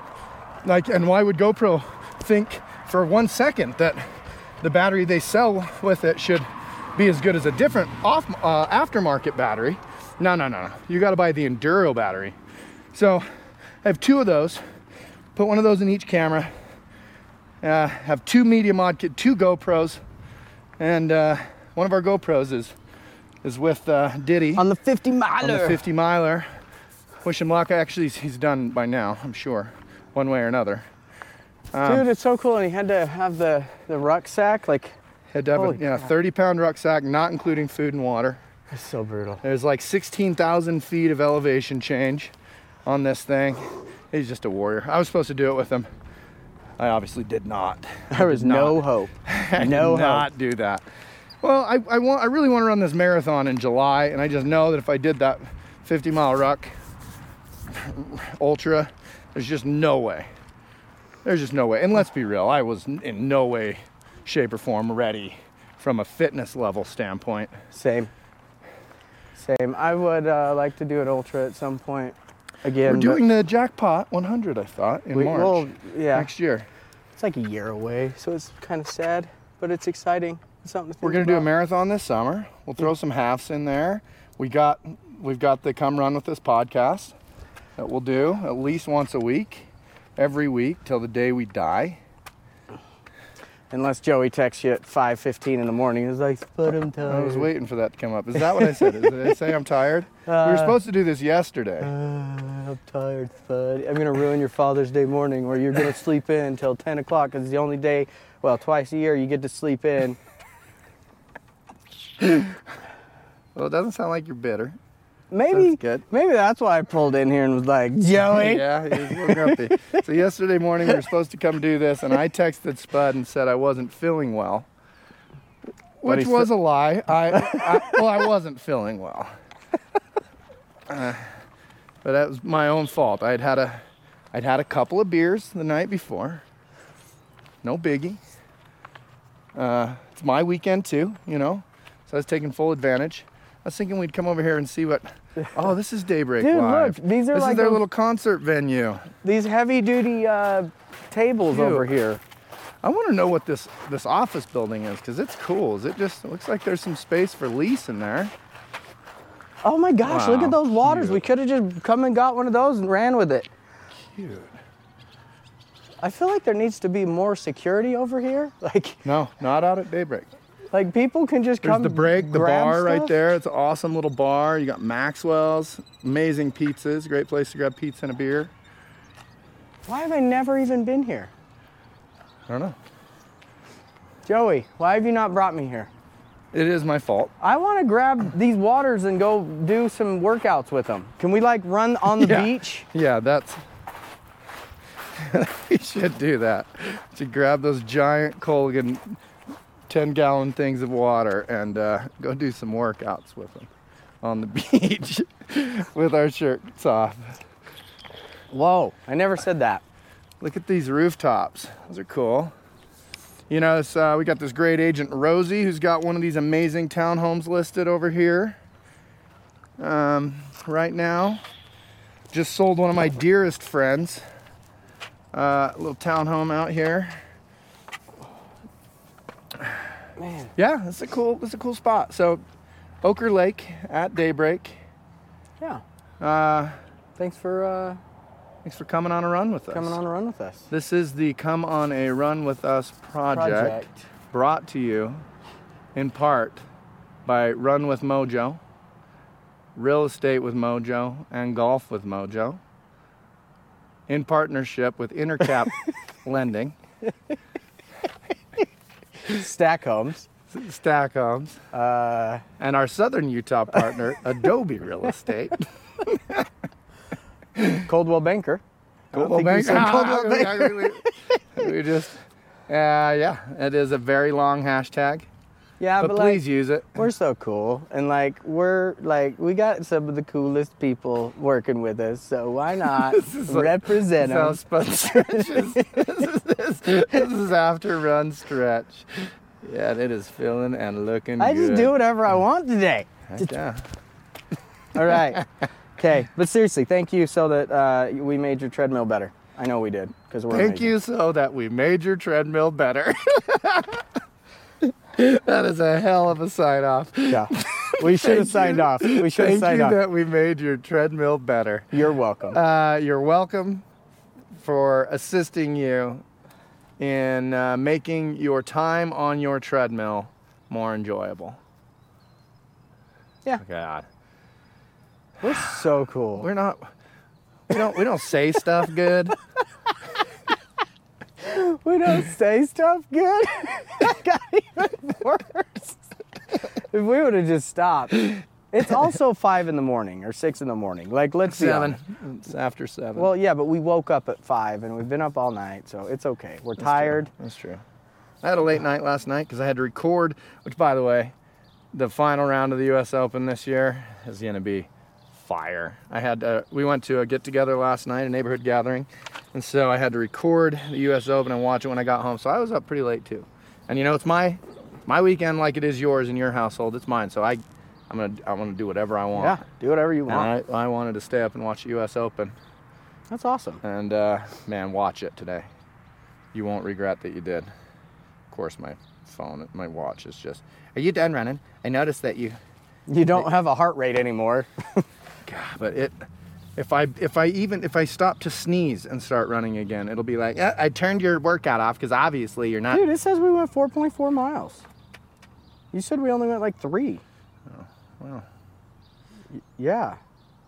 Speaker 1: Like, and why would GoPro think for one second that the battery they sell with it should be as good as a different off uh, aftermarket battery? No, no, no, no. You got to buy the Enduro battery. So I have two of those. Put one of those in each camera. Uh, have two media mod kit, two GoPros, and uh, one of our GoPros is is with uh, Diddy
Speaker 2: On the 50 miler.
Speaker 1: on the 50 miler. Wish him luck. Actually, he's, he's done by now, I'm sure, one way or another.
Speaker 2: Dude, it's so cool. And he had to have the, the rucksack. Like,
Speaker 1: Had to have a
Speaker 2: Holy
Speaker 1: yeah, 30 pound rucksack, not including food and water.
Speaker 2: it's so brutal.
Speaker 1: There's like 16,000 feet of elevation change on this thing. He's just a warrior. I was supposed to do it with him. I obviously did not. <laughs>
Speaker 2: There was no <laughs> hope.
Speaker 1: I
Speaker 2: No
Speaker 1: did not
Speaker 2: hope.
Speaker 1: do that. Well, I, I want I really want to run this marathon in July, and I just know that if I did that 50 mile ruck ultra, there's just no way. There's just no way. And let's be real, I was in no way, shape, or form ready from a fitness level standpoint.
Speaker 2: Same. Same. I would uh, like to do an ultra at some point. Again,
Speaker 1: We're
Speaker 2: but
Speaker 1: doing the jackpot 100, I thought, in
Speaker 2: uh, we-
Speaker 1: March
Speaker 2: Well, yeah.
Speaker 1: next year.
Speaker 2: It's like a year away, so it's kind of sad. but it's exciting. It's something to think
Speaker 1: We're gonna do a
Speaker 2: about.
Speaker 1: marathon this summer. We'll throw some halves in there. We got we've got the come run with this podcast that we'll do at least once a week, every week till the day we die.
Speaker 2: Unless Joey texts you at 5:15 in the morning, he's like, "But <laughs> I'm tired."
Speaker 1: I was waiting for that to come up. Is that what I said? Did I say I'm tired? we were supposed to do this yesterday.
Speaker 2: Uh, I'm tired, bud. I'm gonna ruin your Father's Day morning, where you're gonna sleep in until 10 o'clock. Cause it's the only day, well, twice a year you get to sleep in.
Speaker 1: Well, it doesn't sound like you're bitter.
Speaker 2: Maybe,
Speaker 1: Sounds good.
Speaker 2: maybe that's why I pulled in here and was like,
Speaker 1: <laughs>
Speaker 2: Joey.
Speaker 1: Yeah, he was a little grumpy. so yesterday morning we were supposed to come do this, and I texted Spud and said I wasn't feeling well,
Speaker 2: But
Speaker 1: which
Speaker 2: he
Speaker 1: was a lie. I, I well, I wasn't feeling well, <laughs> Uh, but that was my own fault. I'd had a, I'd had a couple of beers the night before. No biggie. Uh, it's my weekend too, you know, so I was taking full advantage. I was thinking we'd come over here and see
Speaker 2: <laughs>
Speaker 1: what. Oh, this is Daybreak
Speaker 2: Dude,
Speaker 1: Live.
Speaker 2: look, these are
Speaker 1: this
Speaker 2: like
Speaker 1: is their
Speaker 2: those-
Speaker 1: little concert venue.
Speaker 2: These heavy-duty uh, tables
Speaker 1: Ew.
Speaker 2: over here.
Speaker 1: I want to know what this this office building is because it's cool. Is it just it looks like there's some space for lease in there?
Speaker 2: Oh my gosh, look
Speaker 1: Wow,
Speaker 2: at those waters. We
Speaker 1: cute.
Speaker 2: could have just come and got one of those and ran with it.
Speaker 1: Dude.
Speaker 2: I feel like there needs to be more security over here. <laughs> Like,
Speaker 1: No, not out at daybreak.
Speaker 2: like people can just
Speaker 1: There's
Speaker 2: come.
Speaker 1: the break, the
Speaker 2: grab
Speaker 1: bar right
Speaker 2: stuff.
Speaker 1: there. It's an awesome little bar. You got Maxwell's, amazing pizzas, great place to grab pizza and a beer.
Speaker 2: Why have I never even been here?
Speaker 1: I don't know.
Speaker 2: Joey, why have you not brought me here?
Speaker 1: It is my fault.
Speaker 2: I want to grab these waters and go do some workouts with them. Can we like run on the
Speaker 1: <laughs> Yeah.
Speaker 2: beach?
Speaker 1: Yeah, that's. <laughs> we should do that. To grab those giant Colgan 10 gallon things of water and uh, go do some workouts with them on the <laughs> beach with our shirts off.
Speaker 2: Whoa, I never said that.
Speaker 1: Look at these rooftops. Those are cool. You know, it's, uh, we got this great agent Rosie who's got one of these amazing townhomes listed over here um, right now. Just sold one of my dearest friends uh, a little townhome out here.
Speaker 2: Man,
Speaker 1: Yeah, it's a cool, it's a cool spot. So, Ochre Lake at daybreak.
Speaker 2: yeah.
Speaker 1: Uh,
Speaker 2: Thanks for uh,
Speaker 1: thanks for coming on a run with us.
Speaker 2: coming on a run with us.
Speaker 1: This is the Come On a Run With Us project,
Speaker 2: Project.
Speaker 1: brought to you in part by Run With Mojo, Real Estate with Mojo, and Golf with Mojo, in partnership with Intercap
Speaker 2: <laughs>
Speaker 1: Lending,
Speaker 2: Stack homes.
Speaker 1: Stackhomes,
Speaker 2: Uh,
Speaker 1: and our Southern Utah
Speaker 2: <laughs>
Speaker 1: partner, Adobe Real Estate.
Speaker 2: Coldwell Banker.
Speaker 1: Coldwell
Speaker 2: think you said
Speaker 1: <laughs> Banker. we just, uh, yeah, it is a very long hashtag,
Speaker 2: Yeah,
Speaker 1: but,
Speaker 2: but, like,
Speaker 1: please use it.
Speaker 2: we're so cool and like we're like we got some of the coolest people working with us so
Speaker 1: <laughs>
Speaker 2: why not
Speaker 1: like-
Speaker 2: represent them
Speaker 1: Sounds fun
Speaker 2: <laughs>
Speaker 1: stretches. this, is, this is after run stretch. Yeah, and it is feeling and looking
Speaker 2: i
Speaker 1: good.
Speaker 2: just do whatever i
Speaker 1: <laughs>
Speaker 2: want today
Speaker 1: Heck yeah.
Speaker 2: all right okay but seriously thank you so that uh, we made your treadmill better i know we did because we're
Speaker 1: Thank
Speaker 2: amazing.
Speaker 1: you so that we made your treadmill better. <laughs> that is a hell of a sign off.
Speaker 2: yeah
Speaker 1: <laughs>
Speaker 2: we should have signed off we should
Speaker 1: Thank
Speaker 2: have signed
Speaker 1: you
Speaker 2: off
Speaker 1: that we made your treadmill better.
Speaker 2: you're welcome
Speaker 1: Uh, you're welcome for assisting you in uh, making your time on your treadmill more enjoyable.
Speaker 2: Yeah.
Speaker 1: God.
Speaker 2: we're so cool
Speaker 1: We're not. We don't. We don't say stuff good.
Speaker 2: we don't say stuff good <laughs> That got even worse if we would have just stopped it's also five in the morning or six in the morning like let's be
Speaker 1: Seven.
Speaker 2: honest.
Speaker 1: It's after seven.
Speaker 2: well yeah but we woke up at five and we've been up all night so it's okay we're tired
Speaker 1: That's true. I had a late night last night because I had to record. Which, by the way, the final round of the U.S. Open this year is going to be fire. I had uh, we went to a get together last night, a neighborhood gathering, and so I had to record the U.S. Open and watch it when I got home. So I was up pretty late too. And you know, it's my my weekend like it is yours in your household. It's mine. So I I'm gonna I'm gonna do whatever I want.
Speaker 2: yeah do whatever you want
Speaker 1: And I, I wanted to stay up and watch the U.S. Open
Speaker 2: that's awesome
Speaker 1: and uh, man, watch it today. You won't regret that you did. Of course, my phone, my watch is just. Are you done running? I noticed that you.
Speaker 2: You don't have a heart rate
Speaker 1: <laughs>
Speaker 2: anymore.
Speaker 1: God, but it. If I if I even if I stop to sneeze and start running again, it'll be like "Eh, I turned your workout off because obviously you're not.
Speaker 2: Dude, it says we went 4.4 miles. You said we only went like three. Oh,
Speaker 1: wow.
Speaker 2: Yeah.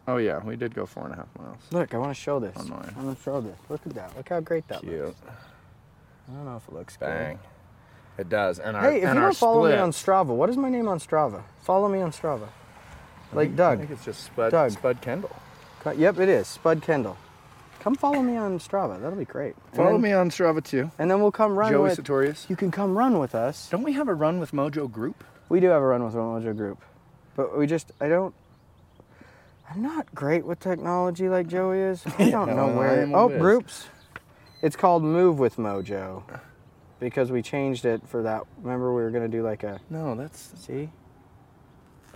Speaker 1: Oh yeah, we did go four and a half miles.
Speaker 2: Look, I want to show this.
Speaker 1: On mine.
Speaker 2: I want to show this. Look at that. Look how great that
Speaker 1: Oh, Cute,
Speaker 2: looks. I don't know if it looks
Speaker 1: bang, it does. And
Speaker 2: good.
Speaker 1: our
Speaker 2: Hey, if
Speaker 1: and
Speaker 2: you
Speaker 1: our
Speaker 2: don't follow
Speaker 1: split,
Speaker 2: me on Strava, what is my name on Strava? Follow me on Strava. Like
Speaker 1: I think
Speaker 2: Doug.
Speaker 1: it's just Spud
Speaker 2: Doug.
Speaker 1: Spud Kendall.
Speaker 2: Co- Yep, it is. Spud Kendall. Come follow me on Strava. That'll be great. And
Speaker 1: Follow
Speaker 2: then-
Speaker 1: me on Strava too.
Speaker 2: And then we'll come run
Speaker 1: Joey
Speaker 2: with.
Speaker 1: Sartorius.
Speaker 2: You can come run with us.
Speaker 1: Don't we have a run with Mojo Group?
Speaker 2: We do have a run with Mojo Group, but we just I don't. I'm not great with technology like Joey is.
Speaker 1: <laughs>
Speaker 2: I don't know
Speaker 1: well, I
Speaker 2: where.
Speaker 1: am a
Speaker 2: Oh,
Speaker 1: whiz.
Speaker 2: groups. It's called Move with Mojo, because we changed it for that. Remember, we were gonna do like a
Speaker 1: No, that's.
Speaker 2: see.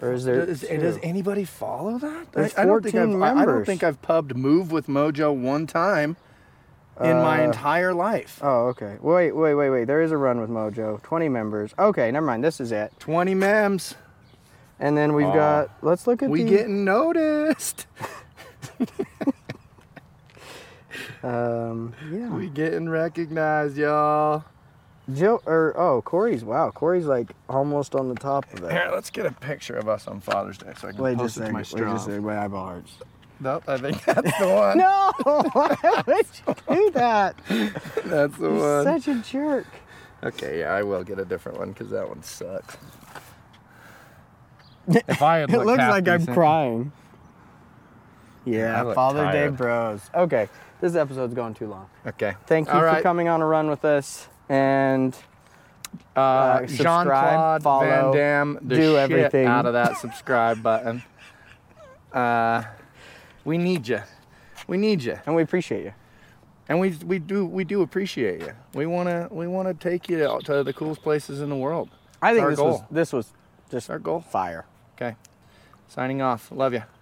Speaker 2: Or is there?
Speaker 1: Does,
Speaker 2: two?
Speaker 1: does anybody follow that?
Speaker 2: There's
Speaker 1: I, I don't think
Speaker 2: 14
Speaker 1: I've, I- I don't
Speaker 2: members.
Speaker 1: think I've pubbed Move with Mojo one time in my
Speaker 2: Uh,
Speaker 1: entire life.
Speaker 2: Oh, okay. Wait, wait, wait, wait. There is a run with Mojo. 20 members. Okay, never mind. This is it.
Speaker 1: 20 mems.
Speaker 2: And then we've
Speaker 1: Aw.
Speaker 2: got. Let's look at
Speaker 1: We
Speaker 2: the.
Speaker 1: getting noticed. <laughs>
Speaker 2: um, yeah. <laughs>
Speaker 1: We getting recognized, y'all.
Speaker 2: Joe or oh, Corey's. Wow, Corey's like almost on the top of that.
Speaker 1: Here, let's get a picture of us on Father's Day so I can
Speaker 2: Wait,
Speaker 1: post
Speaker 2: just
Speaker 1: it
Speaker 2: a
Speaker 1: to
Speaker 2: second.
Speaker 1: my
Speaker 2: Wait, just
Speaker 1: Strava.
Speaker 2: a second. Wait, eyeball hearts.
Speaker 1: Nope, I think <laughs> that's
Speaker 2: <laughs>
Speaker 1: the one.
Speaker 2: No, why would you do
Speaker 1: <laughs>
Speaker 2: that?
Speaker 1: That's the
Speaker 2: You're
Speaker 1: one.
Speaker 2: such a jerk.
Speaker 1: Okay, yeah, I will get a different one because that one
Speaker 2: <laughs>
Speaker 1: sucks. If I had
Speaker 2: It looks like I'm
Speaker 1: crying.
Speaker 2: crying.
Speaker 1: I
Speaker 2: Yeah,
Speaker 1: look
Speaker 2: Father Day
Speaker 1: tired.
Speaker 2: bros. Okay, this episode's going too long.
Speaker 1: Okay.
Speaker 2: Thank you
Speaker 1: All
Speaker 2: for
Speaker 1: right.
Speaker 2: coming on a run with us and
Speaker 1: Uh,
Speaker 2: subscribe,
Speaker 1: Jean Claude Van
Speaker 2: follow,
Speaker 1: Damme, the
Speaker 2: do
Speaker 1: shit
Speaker 2: everything.
Speaker 1: out of <laughs> that subscribe button. Uh, we need you. We need you,
Speaker 2: and we appreciate you.
Speaker 1: and we we do we do appreciate you. We wanna we wanna take you to, to the coolest places in the world.
Speaker 2: I think
Speaker 1: Our
Speaker 2: this was
Speaker 1: goal.
Speaker 2: this was just
Speaker 1: Our goal.
Speaker 2: fire.
Speaker 1: Okay. Signing off. Love you.